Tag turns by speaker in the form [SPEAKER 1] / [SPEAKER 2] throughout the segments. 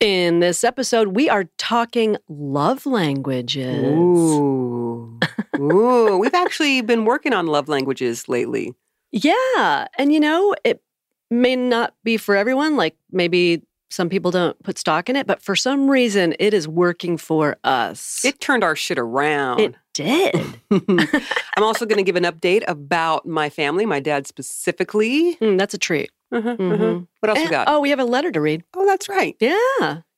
[SPEAKER 1] In this episode, we are talking love languages.
[SPEAKER 2] Ooh. Ooh. We've actually been working on love languages lately.
[SPEAKER 1] Yeah. And you know, it may not be for everyone. Like maybe some people don't put stock in it, but for some reason, it is working for us.
[SPEAKER 2] It turned our shit around.
[SPEAKER 1] It did.
[SPEAKER 2] I'm also going to give an update about my family, my dad specifically.
[SPEAKER 1] Mm, that's a treat.
[SPEAKER 2] Uh-huh, uh-huh.
[SPEAKER 1] Mhm.
[SPEAKER 2] What else we
[SPEAKER 1] Eh,
[SPEAKER 2] got?
[SPEAKER 1] Oh, we have a letter to read.
[SPEAKER 2] Oh, that's right.
[SPEAKER 1] Yeah.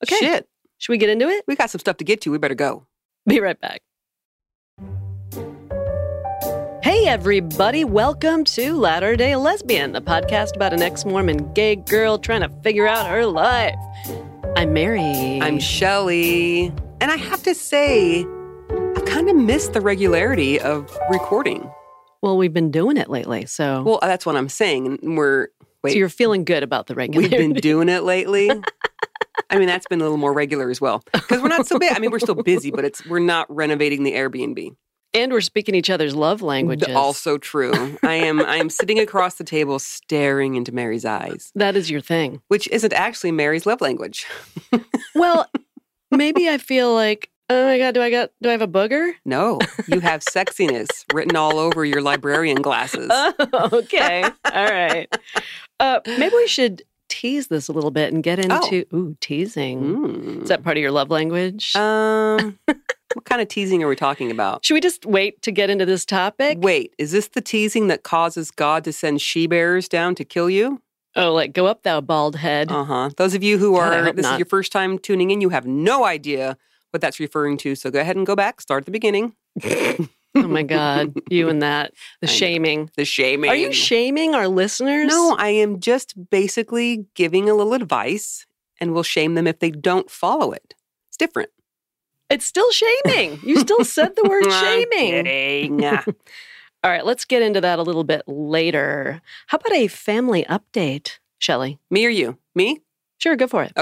[SPEAKER 1] Okay.
[SPEAKER 2] Shit.
[SPEAKER 1] Should we get into it?
[SPEAKER 2] We got some stuff to get to. We better go.
[SPEAKER 1] Be right back. Hey, everybody, welcome to Latter day Lesbian, a podcast about an ex Mormon gay girl trying to figure out her life. I'm Mary.
[SPEAKER 2] I'm Shelly. And I have to say, I kind of missed the regularity of
[SPEAKER 1] Mm.
[SPEAKER 2] recording.
[SPEAKER 1] well, we've been doing it lately, so,
[SPEAKER 2] Well, that's what I'm saying. And we're, wait.
[SPEAKER 1] so you're feeling good about the regular.
[SPEAKER 2] we've been doing it lately. I mean, that's been a little more regular as well. Because we're not so bad. I mean, we're still busy, but it's we're not renovating the Airbnb.
[SPEAKER 1] and we're speaking each other's love languages.
[SPEAKER 2] Also true. I am I am sitting across the table staring into Mary's eyes,
[SPEAKER 1] that is your thing.
[SPEAKER 2] which isn't actually Mary's love language.
[SPEAKER 1] Well, maybe I feel like, oh my god, do I got do I have a booger?
[SPEAKER 2] No, you have sexiness written all over your librarian glasses.
[SPEAKER 1] Oh, okay. All right. Uh, maybe we should tease this a little bit and get into ooh teasing.
[SPEAKER 2] Oh. Mm.
[SPEAKER 1] Is that part of your love language?
[SPEAKER 2] um, what kind of teasing are we talking about?
[SPEAKER 1] should we just wait to get into this topic?
[SPEAKER 2] Wait, is this the teasing that causes God to send she bears down to kill you?
[SPEAKER 1] Oh, like go up thou bald head.
[SPEAKER 2] Uh huh. Those of you who
[SPEAKER 1] God, I
[SPEAKER 2] are
[SPEAKER 1] hope
[SPEAKER 2] this
[SPEAKER 1] not.
[SPEAKER 2] is your first time tuning in, you have no idea what that's referring to. So go ahead and go back, start at the beginning.
[SPEAKER 1] oh my God, you and that the
[SPEAKER 2] I know.
[SPEAKER 1] shaming.
[SPEAKER 2] The shaming.
[SPEAKER 1] Are you shaming our listeners?
[SPEAKER 2] No, I am just basically giving a little advice, and we'll shame them if they don't follow it. It's different.
[SPEAKER 1] it's still shaming. You still said the word
[SPEAKER 2] I'm
[SPEAKER 1] shaming.
[SPEAKER 2] kidding. Ah,
[SPEAKER 1] All right, let's get into that a little bit later. How about a family update, Shelley?
[SPEAKER 2] Me or you? Me?
[SPEAKER 1] Sure, go for it.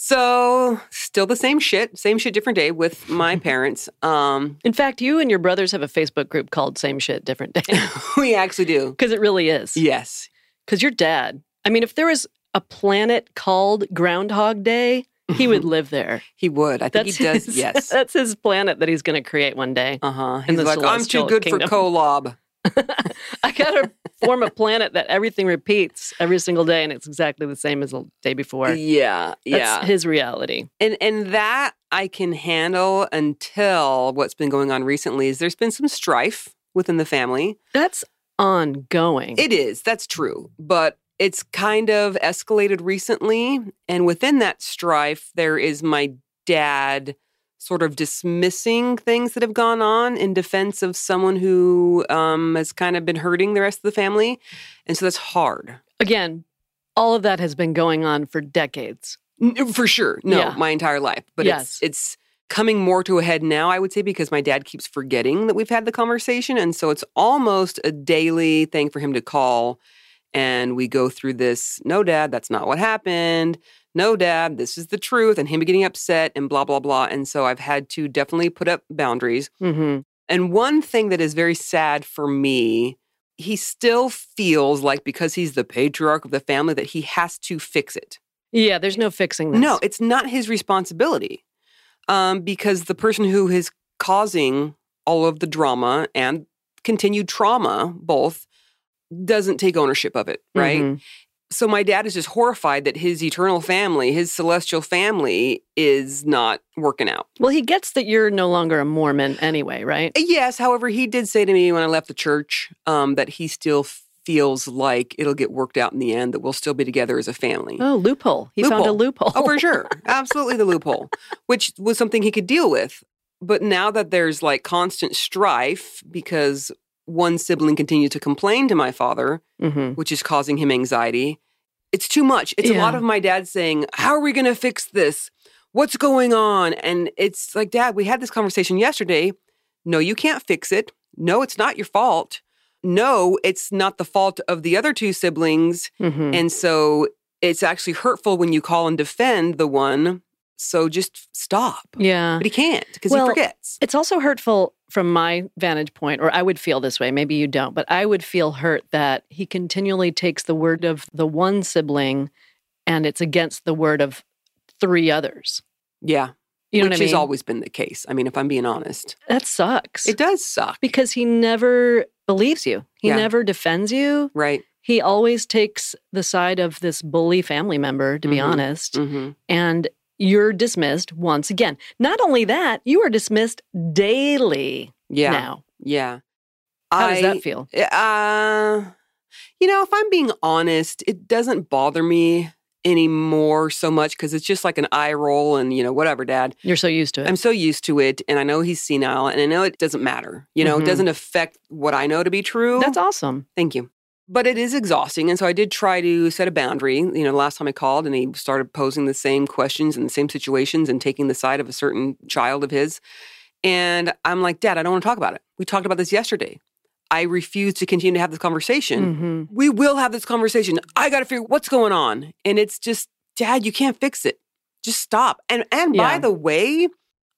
[SPEAKER 2] So still the same shit, same shit, different day with my parents. Um,
[SPEAKER 1] In fact, you and your brothers have a Facebook group called Same Shit, Different Day.
[SPEAKER 2] we actually do.
[SPEAKER 1] Because it really is.
[SPEAKER 2] Yes.
[SPEAKER 1] Because your dad, I mean, if there was a planet called Groundhog Day, he would live there.
[SPEAKER 2] He would. I think
[SPEAKER 1] That's
[SPEAKER 2] he does.
[SPEAKER 1] his,
[SPEAKER 2] Yes.
[SPEAKER 1] That's his planet that he's going to create one day.
[SPEAKER 2] Uh huh. He's
[SPEAKER 1] the
[SPEAKER 2] like, I'm too
[SPEAKER 1] celestial
[SPEAKER 2] good
[SPEAKER 1] kingdom."
[SPEAKER 2] for Kolob.
[SPEAKER 1] I got to form a planet that everything repeats every single day and it's exactly the same as the day before.
[SPEAKER 2] Yeah,
[SPEAKER 1] That's
[SPEAKER 2] yeah.
[SPEAKER 1] his reality.
[SPEAKER 2] and and that I can handle until what's been going on recently is there's been some strife within the family.
[SPEAKER 1] That's ongoing.
[SPEAKER 2] It is, that's true, but it's kind of escalated recently and within that strife there is my dad sort of dismissing things that have gone on in defense of someone who um, has kind of been hurting the rest of the family and so that's hard
[SPEAKER 1] Again, all of that has been going on for decades.
[SPEAKER 2] N- uh, For sure. No,
[SPEAKER 1] Yeah.
[SPEAKER 2] my entire life. But
[SPEAKER 1] Yes.
[SPEAKER 2] it's it's coming more to a head now, I would say, because my dad keeps forgetting that we've had the conversation. And so it's almost a daily thing for him to call. And we go through this, no, dad, that's not what happened. No, dad, this is the truth. And him getting upset and blah, blah, blah. And so I've had to definitely put up boundaries.
[SPEAKER 1] Mm-hmm.
[SPEAKER 2] And one thing that is very sad for me, he still feels like because he's the patriarch of the family that he has to fix it.
[SPEAKER 1] Yeah, there's no fixing this.
[SPEAKER 2] No, it's not his responsibility um, because the person who is causing all of the drama and continued trauma, both, doesn't take ownership of it, right?
[SPEAKER 1] Mhm.
[SPEAKER 2] So my dad is just horrified that his eternal family, his celestial family, is not working out.
[SPEAKER 1] Well, he gets that you're no longer a Mormon anyway, right?
[SPEAKER 2] Yes, however, he did say to me when I left the church um, that he still feels like it'll get worked out in the end, that we'll still be together as a family.
[SPEAKER 1] Oh, loophole. He found a loophole.
[SPEAKER 2] Oh, for sure. Absolutely the loophole, which was something he could deal with. But now that there's like constant strife because one sibling continues to complain to my father,
[SPEAKER 1] hmm
[SPEAKER 2] which is causing him anxiety, it's too much. It's a lot
[SPEAKER 1] Yeah.
[SPEAKER 2] of my dad saying, How are we going to fix this? What's going on? And it's like, Dad, we had this conversation yesterday. No, you can't fix it. No, it's not your fault. No, it's not the fault of the other two siblings.
[SPEAKER 1] hmm
[SPEAKER 2] And so it's actually hurtful when you call and defend the one. So just stop.
[SPEAKER 1] Yeah.
[SPEAKER 2] But he can't because
[SPEAKER 1] Uh-huh. Well-
[SPEAKER 2] he forgets.
[SPEAKER 1] It's also hurtful from my vantage point, or I would feel this way. Maybe you don't, but I would feel hurt that he continually takes the word of the one sibling and it's against the word of three others.
[SPEAKER 2] Yeah.
[SPEAKER 1] You know
[SPEAKER 2] Which
[SPEAKER 1] what I mean?
[SPEAKER 2] has always been the case. I mean, if I'm being honest,
[SPEAKER 1] that sucks
[SPEAKER 2] it does suck.
[SPEAKER 1] because he never believes you. He
[SPEAKER 2] Yeah.
[SPEAKER 1] never defends you.
[SPEAKER 2] Right.
[SPEAKER 1] He always takes the side of this bully family member, to be
[SPEAKER 2] Mhm.
[SPEAKER 1] honest.
[SPEAKER 2] hmm
[SPEAKER 1] And you're dismissed once again. Not only that, you are dismissed daily
[SPEAKER 2] Yeah.
[SPEAKER 1] now.
[SPEAKER 2] Yeah.
[SPEAKER 1] How
[SPEAKER 2] I,
[SPEAKER 1] does that feel?
[SPEAKER 2] Uh, you know, if I'm being honest, it doesn't bother me anymore so much because it's just like an eye roll and, you know, whatever, dad.
[SPEAKER 1] You're so used to it.
[SPEAKER 2] I'm so used to it. And I know he's senile and I know it doesn't matter. You know,
[SPEAKER 1] Mhm.
[SPEAKER 2] it doesn't affect what I know to be true.
[SPEAKER 1] That's awesome.
[SPEAKER 2] Thank you. But it is exhausting. And so I did try to set a boundary. You know, the last time I called and he started posing the same questions and the same situations and taking the side of a certain child of his. And I'm like, Dad, I don't want to talk about it. We talked about this yesterday. I refuse to continue to have this conversation.
[SPEAKER 1] Mhm.
[SPEAKER 2] We will have this conversation. I got to figure what's going on. And it's just, Dad, you can't fix it. Just stop. And and
[SPEAKER 1] Yeah.
[SPEAKER 2] by the way,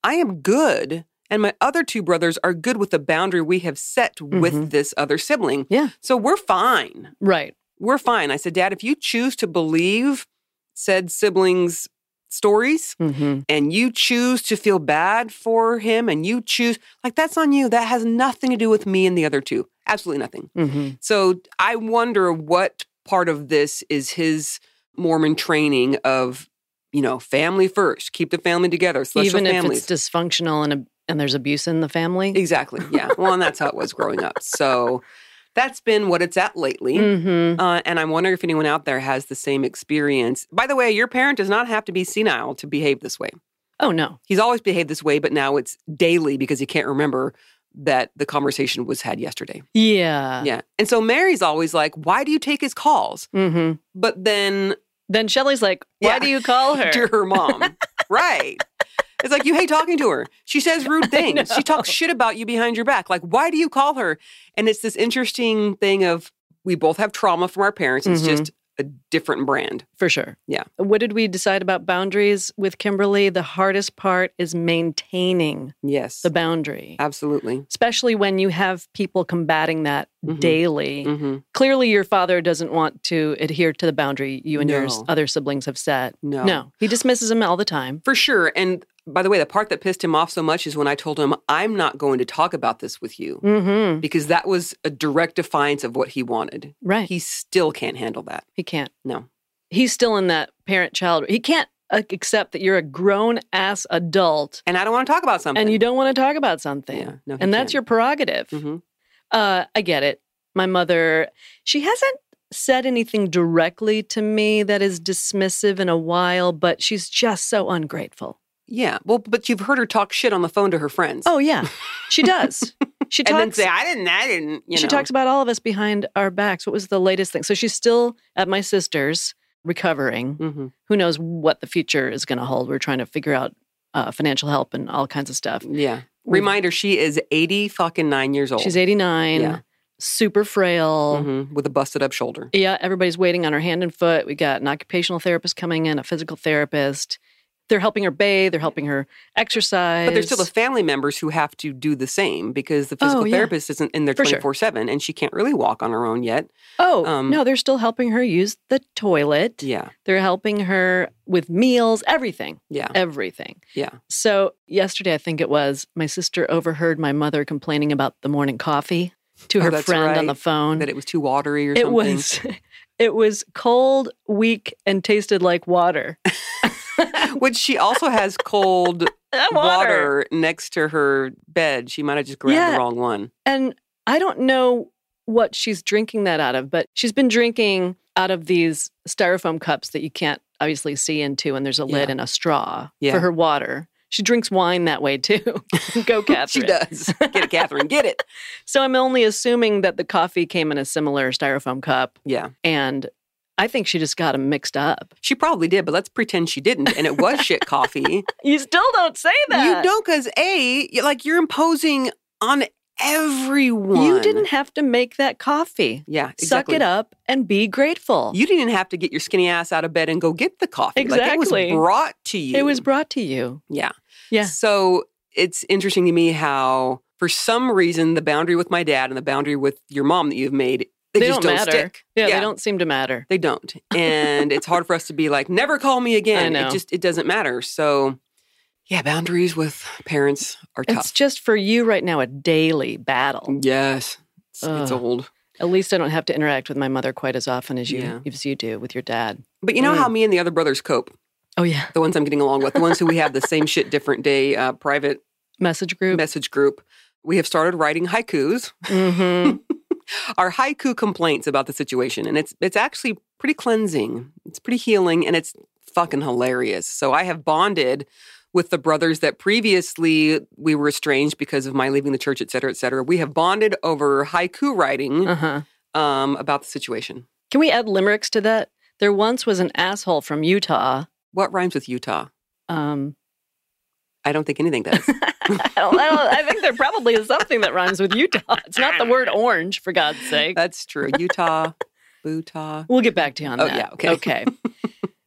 [SPEAKER 2] I am good. And my other two brothers are good with the boundary we have set
[SPEAKER 1] Mhm.
[SPEAKER 2] with this other sibling.
[SPEAKER 1] Yeah.
[SPEAKER 2] So we're fine.
[SPEAKER 1] Right.
[SPEAKER 2] We're fine. I said, Dad, if you choose to believe said siblings' stories
[SPEAKER 1] hmm
[SPEAKER 2] and you choose to feel bad for him and you choose, like, that's on you. That has nothing to do with me and the other two. Absolutely nothing.
[SPEAKER 1] hmm
[SPEAKER 2] So I wonder what part of this is his Mormon training of, you know, family first, keep the family together, celestial
[SPEAKER 1] Even
[SPEAKER 2] families.
[SPEAKER 1] if it's dysfunctional and, a, and there's abuse in the family.
[SPEAKER 2] exactly. Yeah. well, and that's how it was growing up. So that's been what it's at lately.
[SPEAKER 1] hmm
[SPEAKER 2] Uh, and I'm wondering if anyone out there has the same experience. By the way, your parent does not have to be senile to behave this way.
[SPEAKER 1] Oh, no.
[SPEAKER 2] He's always behaved this way, but now it's daily because he can't remember that the conversation was had yesterday.
[SPEAKER 1] Yeah.
[SPEAKER 2] yeah. And so Mary's always like, why do you take his calls?
[SPEAKER 1] hmm
[SPEAKER 2] But then
[SPEAKER 1] Then Shelly's like, why
[SPEAKER 2] Yeah.
[SPEAKER 1] do you call her?
[SPEAKER 2] to her mom. right. It's like you hate talking to her. She says rude things. She talks shit about you behind your back. Like, why do you call her? And it's this interesting thing of we both have trauma from our parents. It's
[SPEAKER 1] Mhm.
[SPEAKER 2] just a different brand.
[SPEAKER 1] For sure.
[SPEAKER 2] Yeah.
[SPEAKER 1] What did we decide about boundaries with Kimberly? The hardest part is maintaining
[SPEAKER 2] Yes.
[SPEAKER 1] the boundary,
[SPEAKER 2] Absolutely.
[SPEAKER 1] especially when you have people combating that
[SPEAKER 2] Mhm.
[SPEAKER 1] daily.
[SPEAKER 2] hmm
[SPEAKER 1] Clearly, your father doesn't want to adhere to the boundary you and your s-
[SPEAKER 2] No.
[SPEAKER 1] other siblings have set.
[SPEAKER 2] No.
[SPEAKER 1] No, he dismisses him all the time.
[SPEAKER 2] For sure. And by the way, the part that pissed him off so much is when I told him, I'm not going to talk about this with you
[SPEAKER 1] hmm
[SPEAKER 2] because that was a direct defiance of what he wanted.
[SPEAKER 1] Right. He,
[SPEAKER 2] He still can't handle that.
[SPEAKER 1] can't.
[SPEAKER 2] No.
[SPEAKER 1] He's still in that parent child. He can't uh, accept that you're a grown ass adult
[SPEAKER 2] And I don't want to talk about something.
[SPEAKER 1] and you don't want to talk about something.
[SPEAKER 2] Yeah. No,
[SPEAKER 1] and that's your prerogative.
[SPEAKER 2] hmm
[SPEAKER 1] Uh, I get it. My mother, she hasn't said anything directly to me that is dismissive in a while, but she's just so ungrateful.
[SPEAKER 2] Yeah. Well, but you've heard her talk shit on the phone to her friends.
[SPEAKER 1] Oh yeah, she does. She
[SPEAKER 2] and then
[SPEAKER 1] talks.
[SPEAKER 2] say, I didn't, I didn't, you
[SPEAKER 1] she
[SPEAKER 2] know.
[SPEAKER 1] talks about all of us behind our backs. What was the latest thing? So she's still at my sister's recovering.
[SPEAKER 2] hmm
[SPEAKER 1] Who knows what the future is going to hold? We're trying to figure out uh, financial help and all kinds of stuff.
[SPEAKER 2] Yeah. Reminder, she is 80 fucking nine years old.
[SPEAKER 1] She's 89,
[SPEAKER 2] Yeah.
[SPEAKER 1] super frail.
[SPEAKER 2] Mhm, With a busted up shoulder.
[SPEAKER 1] Yeah, everybody's waiting on her hand and foot. We got an occupational therapist coming in, a physical therapist. They're helping her bathe, they're helping her exercise.
[SPEAKER 2] But there's still the family members who have to do the same because the physical
[SPEAKER 1] Oh, yeah.
[SPEAKER 2] therapist isn't in there
[SPEAKER 1] For sure.
[SPEAKER 2] 24 7 and she can't really walk on her own yet.
[SPEAKER 1] Oh,
[SPEAKER 2] um,
[SPEAKER 1] no, they're still helping her use the toilet.
[SPEAKER 2] Yeah.
[SPEAKER 1] They're helping her with meals, everything,
[SPEAKER 2] Yeah.
[SPEAKER 1] everything.
[SPEAKER 2] Yeah.
[SPEAKER 1] So, yesterday I think it was, my sister overheard my mother complaining about the morning coffee to
[SPEAKER 2] Oh,
[SPEAKER 1] her
[SPEAKER 2] that's
[SPEAKER 1] friend on
[SPEAKER 2] right.
[SPEAKER 1] the phone.
[SPEAKER 2] That it was too watery or
[SPEAKER 1] Mm. it
[SPEAKER 2] something.
[SPEAKER 1] was it was cold, weak and tasted like water.
[SPEAKER 2] Which she also has cold
[SPEAKER 1] Water.
[SPEAKER 2] water next to her bed. She might have just grabbed
[SPEAKER 1] Yeah.
[SPEAKER 2] the wrong one.
[SPEAKER 1] And I don't know what she's drinking that out of, but she's been drinking out of these styrofoam cups that you can't obviously see into, and there's a lid
[SPEAKER 2] Yeah.
[SPEAKER 1] and a straw
[SPEAKER 2] Yeah.
[SPEAKER 1] for her water. She drinks wine that way too. Go, Catherine.
[SPEAKER 2] She does. Get it, Catherine. Get it.
[SPEAKER 1] So I'm only assuming that the coffee came in a similar styrofoam cup,
[SPEAKER 2] Yeah.
[SPEAKER 1] and I think she just got them mixed up.
[SPEAKER 2] She probably did, but let's pretend she didn't. And it was shit coffee.
[SPEAKER 1] You still don't say
[SPEAKER 2] You
[SPEAKER 1] that.
[SPEAKER 2] don't, because A, you- like you're imposing on everyone.
[SPEAKER 1] You didn't have to make that coffee.
[SPEAKER 2] Yeah.
[SPEAKER 1] Suck
[SPEAKER 2] Exactly.
[SPEAKER 1] it up and be grateful.
[SPEAKER 2] You didn't have to get your skinny ass out of bed and go get the coffee. Like it
[SPEAKER 1] Exactly.
[SPEAKER 2] was brought to you.
[SPEAKER 1] it was brought to you.
[SPEAKER 2] Yeah.
[SPEAKER 1] Yeah.
[SPEAKER 2] So it's interesting to me how, for some reason, the boundary with my dad and the boundary with your mom that you've made
[SPEAKER 1] They
[SPEAKER 2] just
[SPEAKER 1] don't
[SPEAKER 2] don't,
[SPEAKER 1] matter.
[SPEAKER 2] stick.
[SPEAKER 1] Yeah,
[SPEAKER 2] Yeah.
[SPEAKER 1] they don't seem to matter.
[SPEAKER 2] They don't. And it's hard for us to be like, never call me again.
[SPEAKER 1] know.
[SPEAKER 2] It just it doesn't matter. So yeah, boundaries with parents are tough.
[SPEAKER 1] It's just for you right now a daily battle.
[SPEAKER 2] Mm. yes. It's, it's
[SPEAKER 1] Ugh.
[SPEAKER 2] old.
[SPEAKER 1] At least I don't have to interact with my mother quite as often as you
[SPEAKER 2] Yeah.
[SPEAKER 1] as you do with your dad.
[SPEAKER 2] But you know
[SPEAKER 1] Mm.
[SPEAKER 2] how me and the other brothers cope?
[SPEAKER 1] Oh yeah,
[SPEAKER 2] The ones I'm getting along with, the ones who we have the same shit different day uh, private
[SPEAKER 1] message group.
[SPEAKER 2] message group. We have started writing haikus,
[SPEAKER 1] hmm
[SPEAKER 2] our haiku complaints about the situation, and it's it's actually pretty cleansing. It's pretty healing, and it's fucking hilarious. So I have bonded with the brothers that previously we were estranged because of my leaving the church, et cetera, et cetera. We have bonded over haiku writing
[SPEAKER 1] uh huh.
[SPEAKER 2] um, about the situation.
[SPEAKER 1] Can we add limericks to that? There once was an asshole from Utah.
[SPEAKER 2] What rhymes with Utah?
[SPEAKER 1] Um,
[SPEAKER 2] I don't think anything does.
[SPEAKER 1] I, don't, I, don't, I think there probably is something that rhymes with Utah. It's not the word orange, for God's sake.
[SPEAKER 2] That's true. Utah, Butah.
[SPEAKER 1] We'll get back to you on
[SPEAKER 2] Oh,
[SPEAKER 1] that.
[SPEAKER 2] yeah, okay.
[SPEAKER 1] Okay.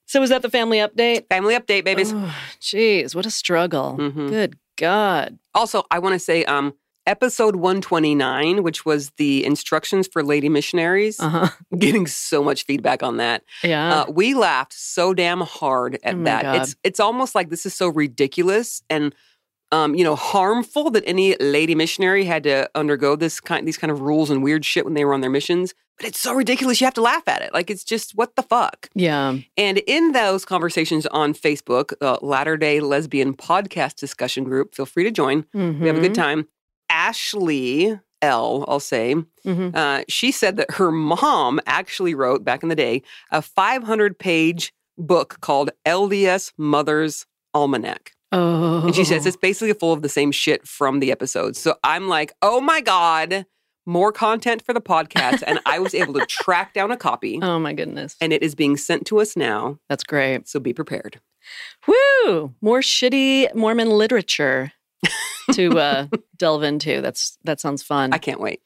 [SPEAKER 1] so was that the family update?
[SPEAKER 2] Family update, babies.
[SPEAKER 1] Oh, Jeez, what a struggle.
[SPEAKER 2] Mhm.
[SPEAKER 1] Good God.
[SPEAKER 2] Also, I want to say um, episode 129, which was the instructions for lady missionaries,
[SPEAKER 1] Uh-huh.
[SPEAKER 2] getting so much feedback on that.
[SPEAKER 1] Yeah.
[SPEAKER 2] Uh, we laughed so damn hard at
[SPEAKER 1] Oh my
[SPEAKER 2] that.
[SPEAKER 1] God.
[SPEAKER 2] It's it's almost like this is so ridiculous and um, you know harmful that any lady missionary had to undergo this kind these kind of rules and weird shit when they were on their missions. But it's so ridiculous you have to laugh at it. Like it's just what the fuck.
[SPEAKER 1] yeah.
[SPEAKER 2] And in those conversations on Facebook, the Latter Day Lesbian Podcast discussion group, feel free to join. We have a
[SPEAKER 1] Mm-hmm.
[SPEAKER 2] good time. Ashley L, I'll say,
[SPEAKER 1] Mhm.
[SPEAKER 2] uh, she said that her mom actually wrote back in the day a 500 page book called LDS Mother's Almanac.
[SPEAKER 1] Oh.
[SPEAKER 2] And she says it's basically full of the same shit from the episodes. So I'm like, oh my God, more content for the podcast. and I was able to track down a copy,
[SPEAKER 1] Oh my goodness.
[SPEAKER 2] and it is being sent to us now.
[SPEAKER 1] That's great.
[SPEAKER 2] So be prepared.
[SPEAKER 1] Woo! More shitty Mormon literature to uh, delve into. That's that sounds fun.
[SPEAKER 2] I can't wait.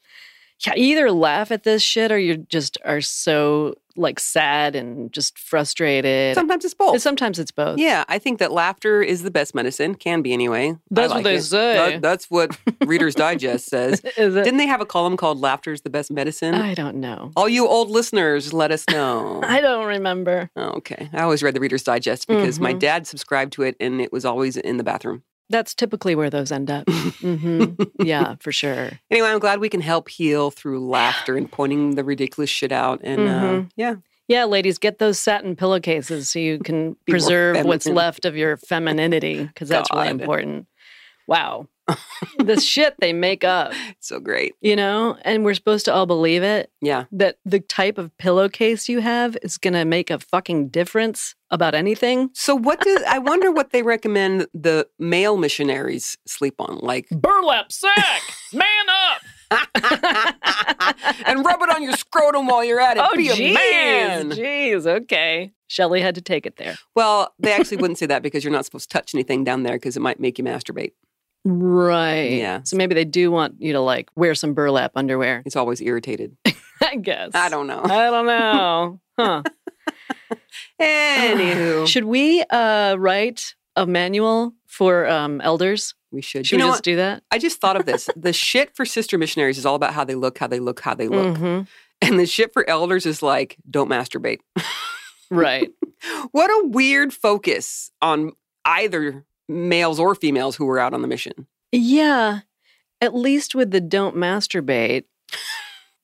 [SPEAKER 1] yeah, either laugh at this shit or you just are so like sad and just frustrated.
[SPEAKER 2] Sometimes it's both.
[SPEAKER 1] Sometimes it's both.
[SPEAKER 2] oh. Yeah, I think that laughter is the best medicine. Can be anyway. I
[SPEAKER 1] That's what
[SPEAKER 2] like
[SPEAKER 1] they
[SPEAKER 2] it.
[SPEAKER 1] say.
[SPEAKER 2] That- that's what Reader's Digest says.
[SPEAKER 1] Is it?
[SPEAKER 2] Didn't they have a column called "Laughter is the best medicine"?
[SPEAKER 1] I don't know.
[SPEAKER 2] All you old listeners, let us know.
[SPEAKER 1] I don't remember.
[SPEAKER 2] Oh, okay, I always read the Reader's Digest because my
[SPEAKER 1] Mhm.
[SPEAKER 2] dad subscribed to it, and it was always in the bathroom.
[SPEAKER 1] That's typically where those end up. hmm Yeah, for sure.
[SPEAKER 2] Anyway, I'm glad we can help heal through laughter and pointing the ridiculous shit out. And uh,
[SPEAKER 1] Mhm.
[SPEAKER 2] yeah,
[SPEAKER 1] Yeah, ladies, get those satin pillowcases so you can
[SPEAKER 2] Be more
[SPEAKER 1] preserve what's
[SPEAKER 2] feminine.
[SPEAKER 1] left of your femininity because that's really
[SPEAKER 2] God.
[SPEAKER 1] important. Wow. the shit they make up.
[SPEAKER 2] it's so great.
[SPEAKER 1] you know, and we're supposed to all believe it
[SPEAKER 2] Yeah,
[SPEAKER 1] that the type of pillowcase you have is going to make a fucking difference about anything.
[SPEAKER 2] So what does I wonder what they recommend the male missionaries sleep on? Like
[SPEAKER 1] Burlap sack, man up.
[SPEAKER 2] and rub it on your scrotum while you're at it.
[SPEAKER 1] Oh,
[SPEAKER 2] Be
[SPEAKER 1] jeez,
[SPEAKER 2] a man.
[SPEAKER 1] jeez, okay. Shelley had to take it there.
[SPEAKER 2] Well, they actually wouldn't say that because you're not supposed to touch anything down there because it might make you masturbate.
[SPEAKER 1] Right.
[SPEAKER 2] Yeah.
[SPEAKER 1] So maybe they do want you to like wear some burlap underwear.
[SPEAKER 2] It's always irritated.
[SPEAKER 1] I guess.
[SPEAKER 2] I don't know.
[SPEAKER 1] I don't know. Huh.
[SPEAKER 2] Anywho,
[SPEAKER 1] Should we uh, write a manual for um, elders?
[SPEAKER 2] we should.
[SPEAKER 1] Should
[SPEAKER 2] you know
[SPEAKER 1] we just
[SPEAKER 2] what?
[SPEAKER 1] do that?
[SPEAKER 2] I just thought of this. The shit for sister missionaries is all about how they look, how they look, how they look.
[SPEAKER 1] Mhm.
[SPEAKER 2] And the shit for elders is like, don't masturbate.
[SPEAKER 1] Right.
[SPEAKER 2] What a weird focus on either males or females who were out on the mission.
[SPEAKER 1] Yeah. At least with the don't masturbate,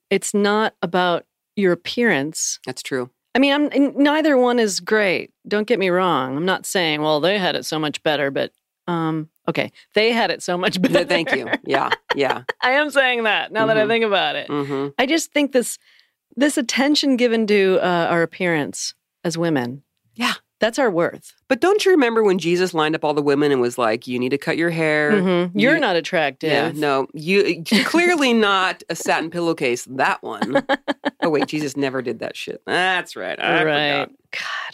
[SPEAKER 1] it's not about your appearance.
[SPEAKER 2] That's true.
[SPEAKER 1] I mean, I'm n- neither one is great. Don't get me wrong. I'm not saying, well, they had it so much better, but um okay, they had it so much better.
[SPEAKER 2] Th- Thank you. Yeah. Yeah.
[SPEAKER 1] I am saying that now that I
[SPEAKER 2] Mhm.
[SPEAKER 1] think about it.
[SPEAKER 2] hmm
[SPEAKER 1] I just think this this attention given to uh, our appearance as women.
[SPEAKER 2] Yeah.
[SPEAKER 1] That's our worth.
[SPEAKER 2] But don't you remember when Jesus lined up all the women and was like, "You need to cut your hair."
[SPEAKER 1] Mhm. You're
[SPEAKER 2] you-
[SPEAKER 1] not
[SPEAKER 2] Yeah,
[SPEAKER 1] attractive.
[SPEAKER 2] no, you clearly not a satin pillowcase. That one. oh wait, Jesus never did that shit. That's right. I
[SPEAKER 1] right.
[SPEAKER 2] forgot.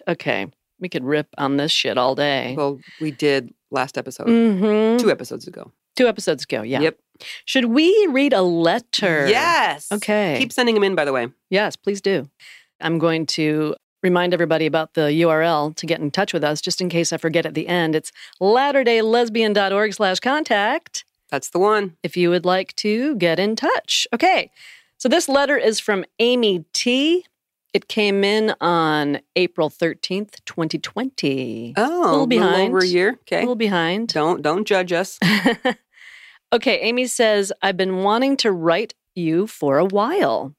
[SPEAKER 1] God. Okay. We could rip on this shit all day.
[SPEAKER 2] Well, we did last episode,
[SPEAKER 1] hmm Two,
[SPEAKER 2] two episodes ago.
[SPEAKER 1] episodes ago, yeah.
[SPEAKER 2] Yep.
[SPEAKER 1] Should we read a letter?
[SPEAKER 2] Yes.
[SPEAKER 1] Okay.
[SPEAKER 2] Keep sending them in, by the way.
[SPEAKER 1] yes, please do. I'm going to remind everybody about the URL to get in touch with us, just in case I forget at the end. It's latterdaylesbian.org slash contact
[SPEAKER 2] That's the one.
[SPEAKER 1] if you would like to get in touch. Okay. So this letter is from Amy T. It came in on April 13th, 2020.
[SPEAKER 2] Oh,
[SPEAKER 1] little behind.
[SPEAKER 2] over a year.
[SPEAKER 1] A
[SPEAKER 2] Okay.
[SPEAKER 1] little behind.
[SPEAKER 2] Don't don't judge us.
[SPEAKER 1] okay, Amy says, I've been wanting to write you for a while.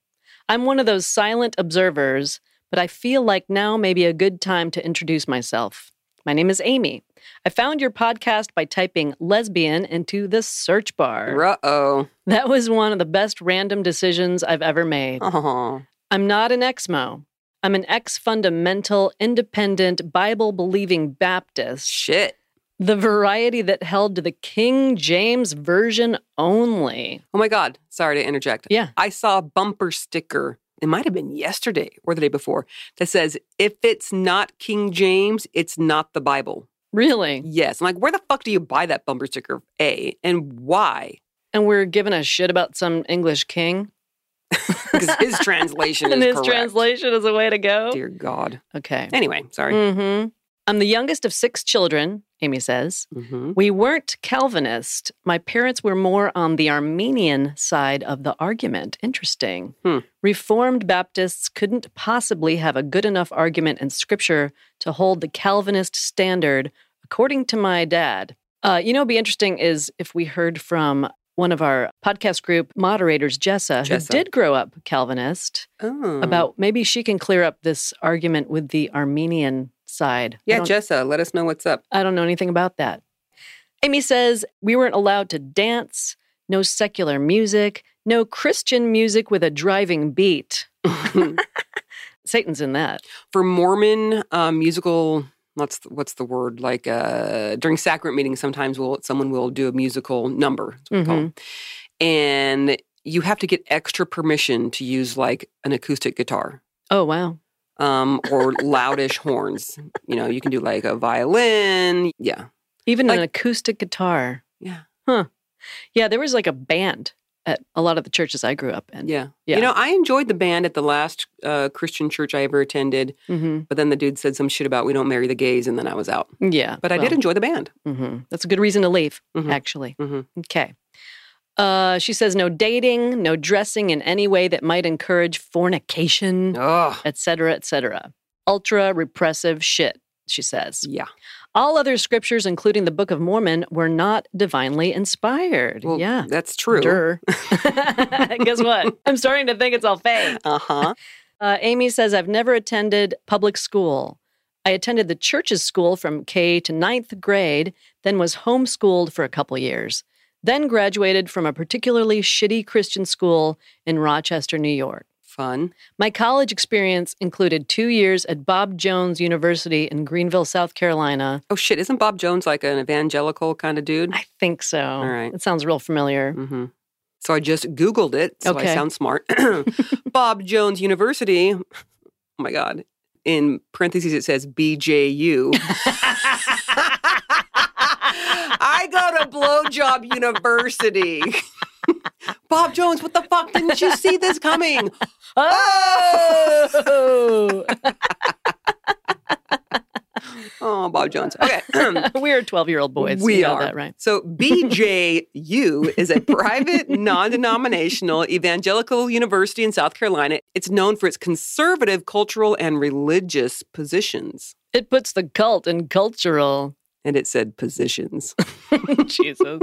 [SPEAKER 1] I'm one of those silent observers, but I feel like now may be a good time to introduce myself. My name is Amy. I found your podcast by typing lesbian into the search bar.
[SPEAKER 2] Uh oh.
[SPEAKER 1] That was one of the best random decisions I've ever made.
[SPEAKER 2] Oh.
[SPEAKER 1] I'm not an exmo. I'm an ex fundamental, independent, Bible believing Baptist
[SPEAKER 2] Shit.
[SPEAKER 1] the variety that held to the King James version only.
[SPEAKER 2] Oh my God. Sorry to interject.
[SPEAKER 1] Yeah.
[SPEAKER 2] I saw a bumper sticker. It might have been yesterday or the day before that says, if it's not King James, it's not the Bible.
[SPEAKER 1] Really?
[SPEAKER 2] Yes. I'm like, where the fuck do you buy that bumper sticker? A. And why?
[SPEAKER 1] And we're giving a shit about some English king?
[SPEAKER 2] Because his translation
[SPEAKER 1] and
[SPEAKER 2] is
[SPEAKER 1] his
[SPEAKER 2] correct.
[SPEAKER 1] translation is a way to go?
[SPEAKER 2] Dear God.
[SPEAKER 1] Okay.
[SPEAKER 2] Anyway, sorry.
[SPEAKER 1] Mm-hmm. I'm the youngest of six children, Amy says.
[SPEAKER 2] Mm-hmm.
[SPEAKER 1] We weren't Calvinist. My parents were more on the Armenian side of the argument. Interesting.
[SPEAKER 2] Hmm.
[SPEAKER 1] Reformed Baptists couldn't possibly have a good enough argument in Scripture to hold the Calvinist standard, according to my dad. Uh, you know, what'd be interesting is if we heard from one of our podcast group moderators, Jessa,
[SPEAKER 2] Jessa.
[SPEAKER 1] who did grow up Calvinist,
[SPEAKER 2] Oh.
[SPEAKER 1] about maybe she can clear up this argument with the Armenian side. I
[SPEAKER 2] Yeah,
[SPEAKER 1] don't
[SPEAKER 2] Jessa, let us know what's up.
[SPEAKER 1] I don't know anything about that. Amy says, We weren't allowed to dance, no secular music, no Christian music with a driving beat. Satan's in that.
[SPEAKER 2] for Mormon um, musical. What's the, what's the word like? Uh, during sacrament meetings, sometimes will someone will do a musical number, that's what we call
[SPEAKER 1] Mhm.
[SPEAKER 2] them. and you have to get extra permission to use like an acoustic guitar
[SPEAKER 1] Oh, wow.
[SPEAKER 2] um, or loudish horns. You know, you can do like a violin. Yeah,
[SPEAKER 1] Even an
[SPEAKER 2] Like-
[SPEAKER 1] acoustic guitar.
[SPEAKER 2] Yeah.
[SPEAKER 1] Huh. Yeah, there was like a band at a lot of the churches I grew up in.
[SPEAKER 2] yeah,
[SPEAKER 1] Yeah.
[SPEAKER 2] You know, I enjoyed the band at the last uh, Christian church I ever attended,
[SPEAKER 1] Mhm.
[SPEAKER 2] but then the dude said some shit about we don't marry the gays, and then I was out.
[SPEAKER 1] Yeah.
[SPEAKER 2] But I did enjoy the band.
[SPEAKER 1] hmm That's a good reason to leave,
[SPEAKER 2] Mhm.
[SPEAKER 1] actually.
[SPEAKER 2] Mhm.
[SPEAKER 1] Okay. Uh, she says no dating, no dressing in any way that might encourage fornication.
[SPEAKER 2] Oh,
[SPEAKER 1] et cetera, et cetera. Ultra repressive shit, she says.
[SPEAKER 2] yeah.
[SPEAKER 1] All other scriptures, including the Book of Mormon, were not divinely inspired.
[SPEAKER 2] Well,
[SPEAKER 1] yeah.
[SPEAKER 2] that's true.
[SPEAKER 1] Durr. Guess what? I'm starting to think it's all fake.
[SPEAKER 2] Uh huh.
[SPEAKER 1] Uh, Amy says, I've never attended public school. I attended the church's school from K to ninth grade, then was homeschooled for a couple years, then graduated from a particularly shitty Christian school in Rochester, New York.
[SPEAKER 2] Fun.
[SPEAKER 1] My college experience included two years at Bob Jones University in Greenville, South Carolina.
[SPEAKER 2] Oh shit! Isn't Bob Jones like an evangelical kind of dude?
[SPEAKER 1] I think so. All
[SPEAKER 2] right.
[SPEAKER 1] It sounds real familiar.
[SPEAKER 2] Mm-hmm. So I just Googled it, so
[SPEAKER 1] Okay.
[SPEAKER 2] I sound smart. Bob Jones University. Oh my god! In parentheses, it says BJU. I go to Blowjob University. Bob Jones, what the fuck? Didn't you see this coming?
[SPEAKER 1] Oh!
[SPEAKER 2] Oh, Bob Jones. Okay.
[SPEAKER 1] we are 12 year old boys.
[SPEAKER 2] We
[SPEAKER 1] You know
[SPEAKER 2] are
[SPEAKER 1] that, right?
[SPEAKER 2] So BJU is a private, non-denominational evangelical university in South Carolina. It's known for its conservative cultural and religious positions.
[SPEAKER 1] It puts the cult in cultural.
[SPEAKER 2] And it said positions.
[SPEAKER 1] Jesus.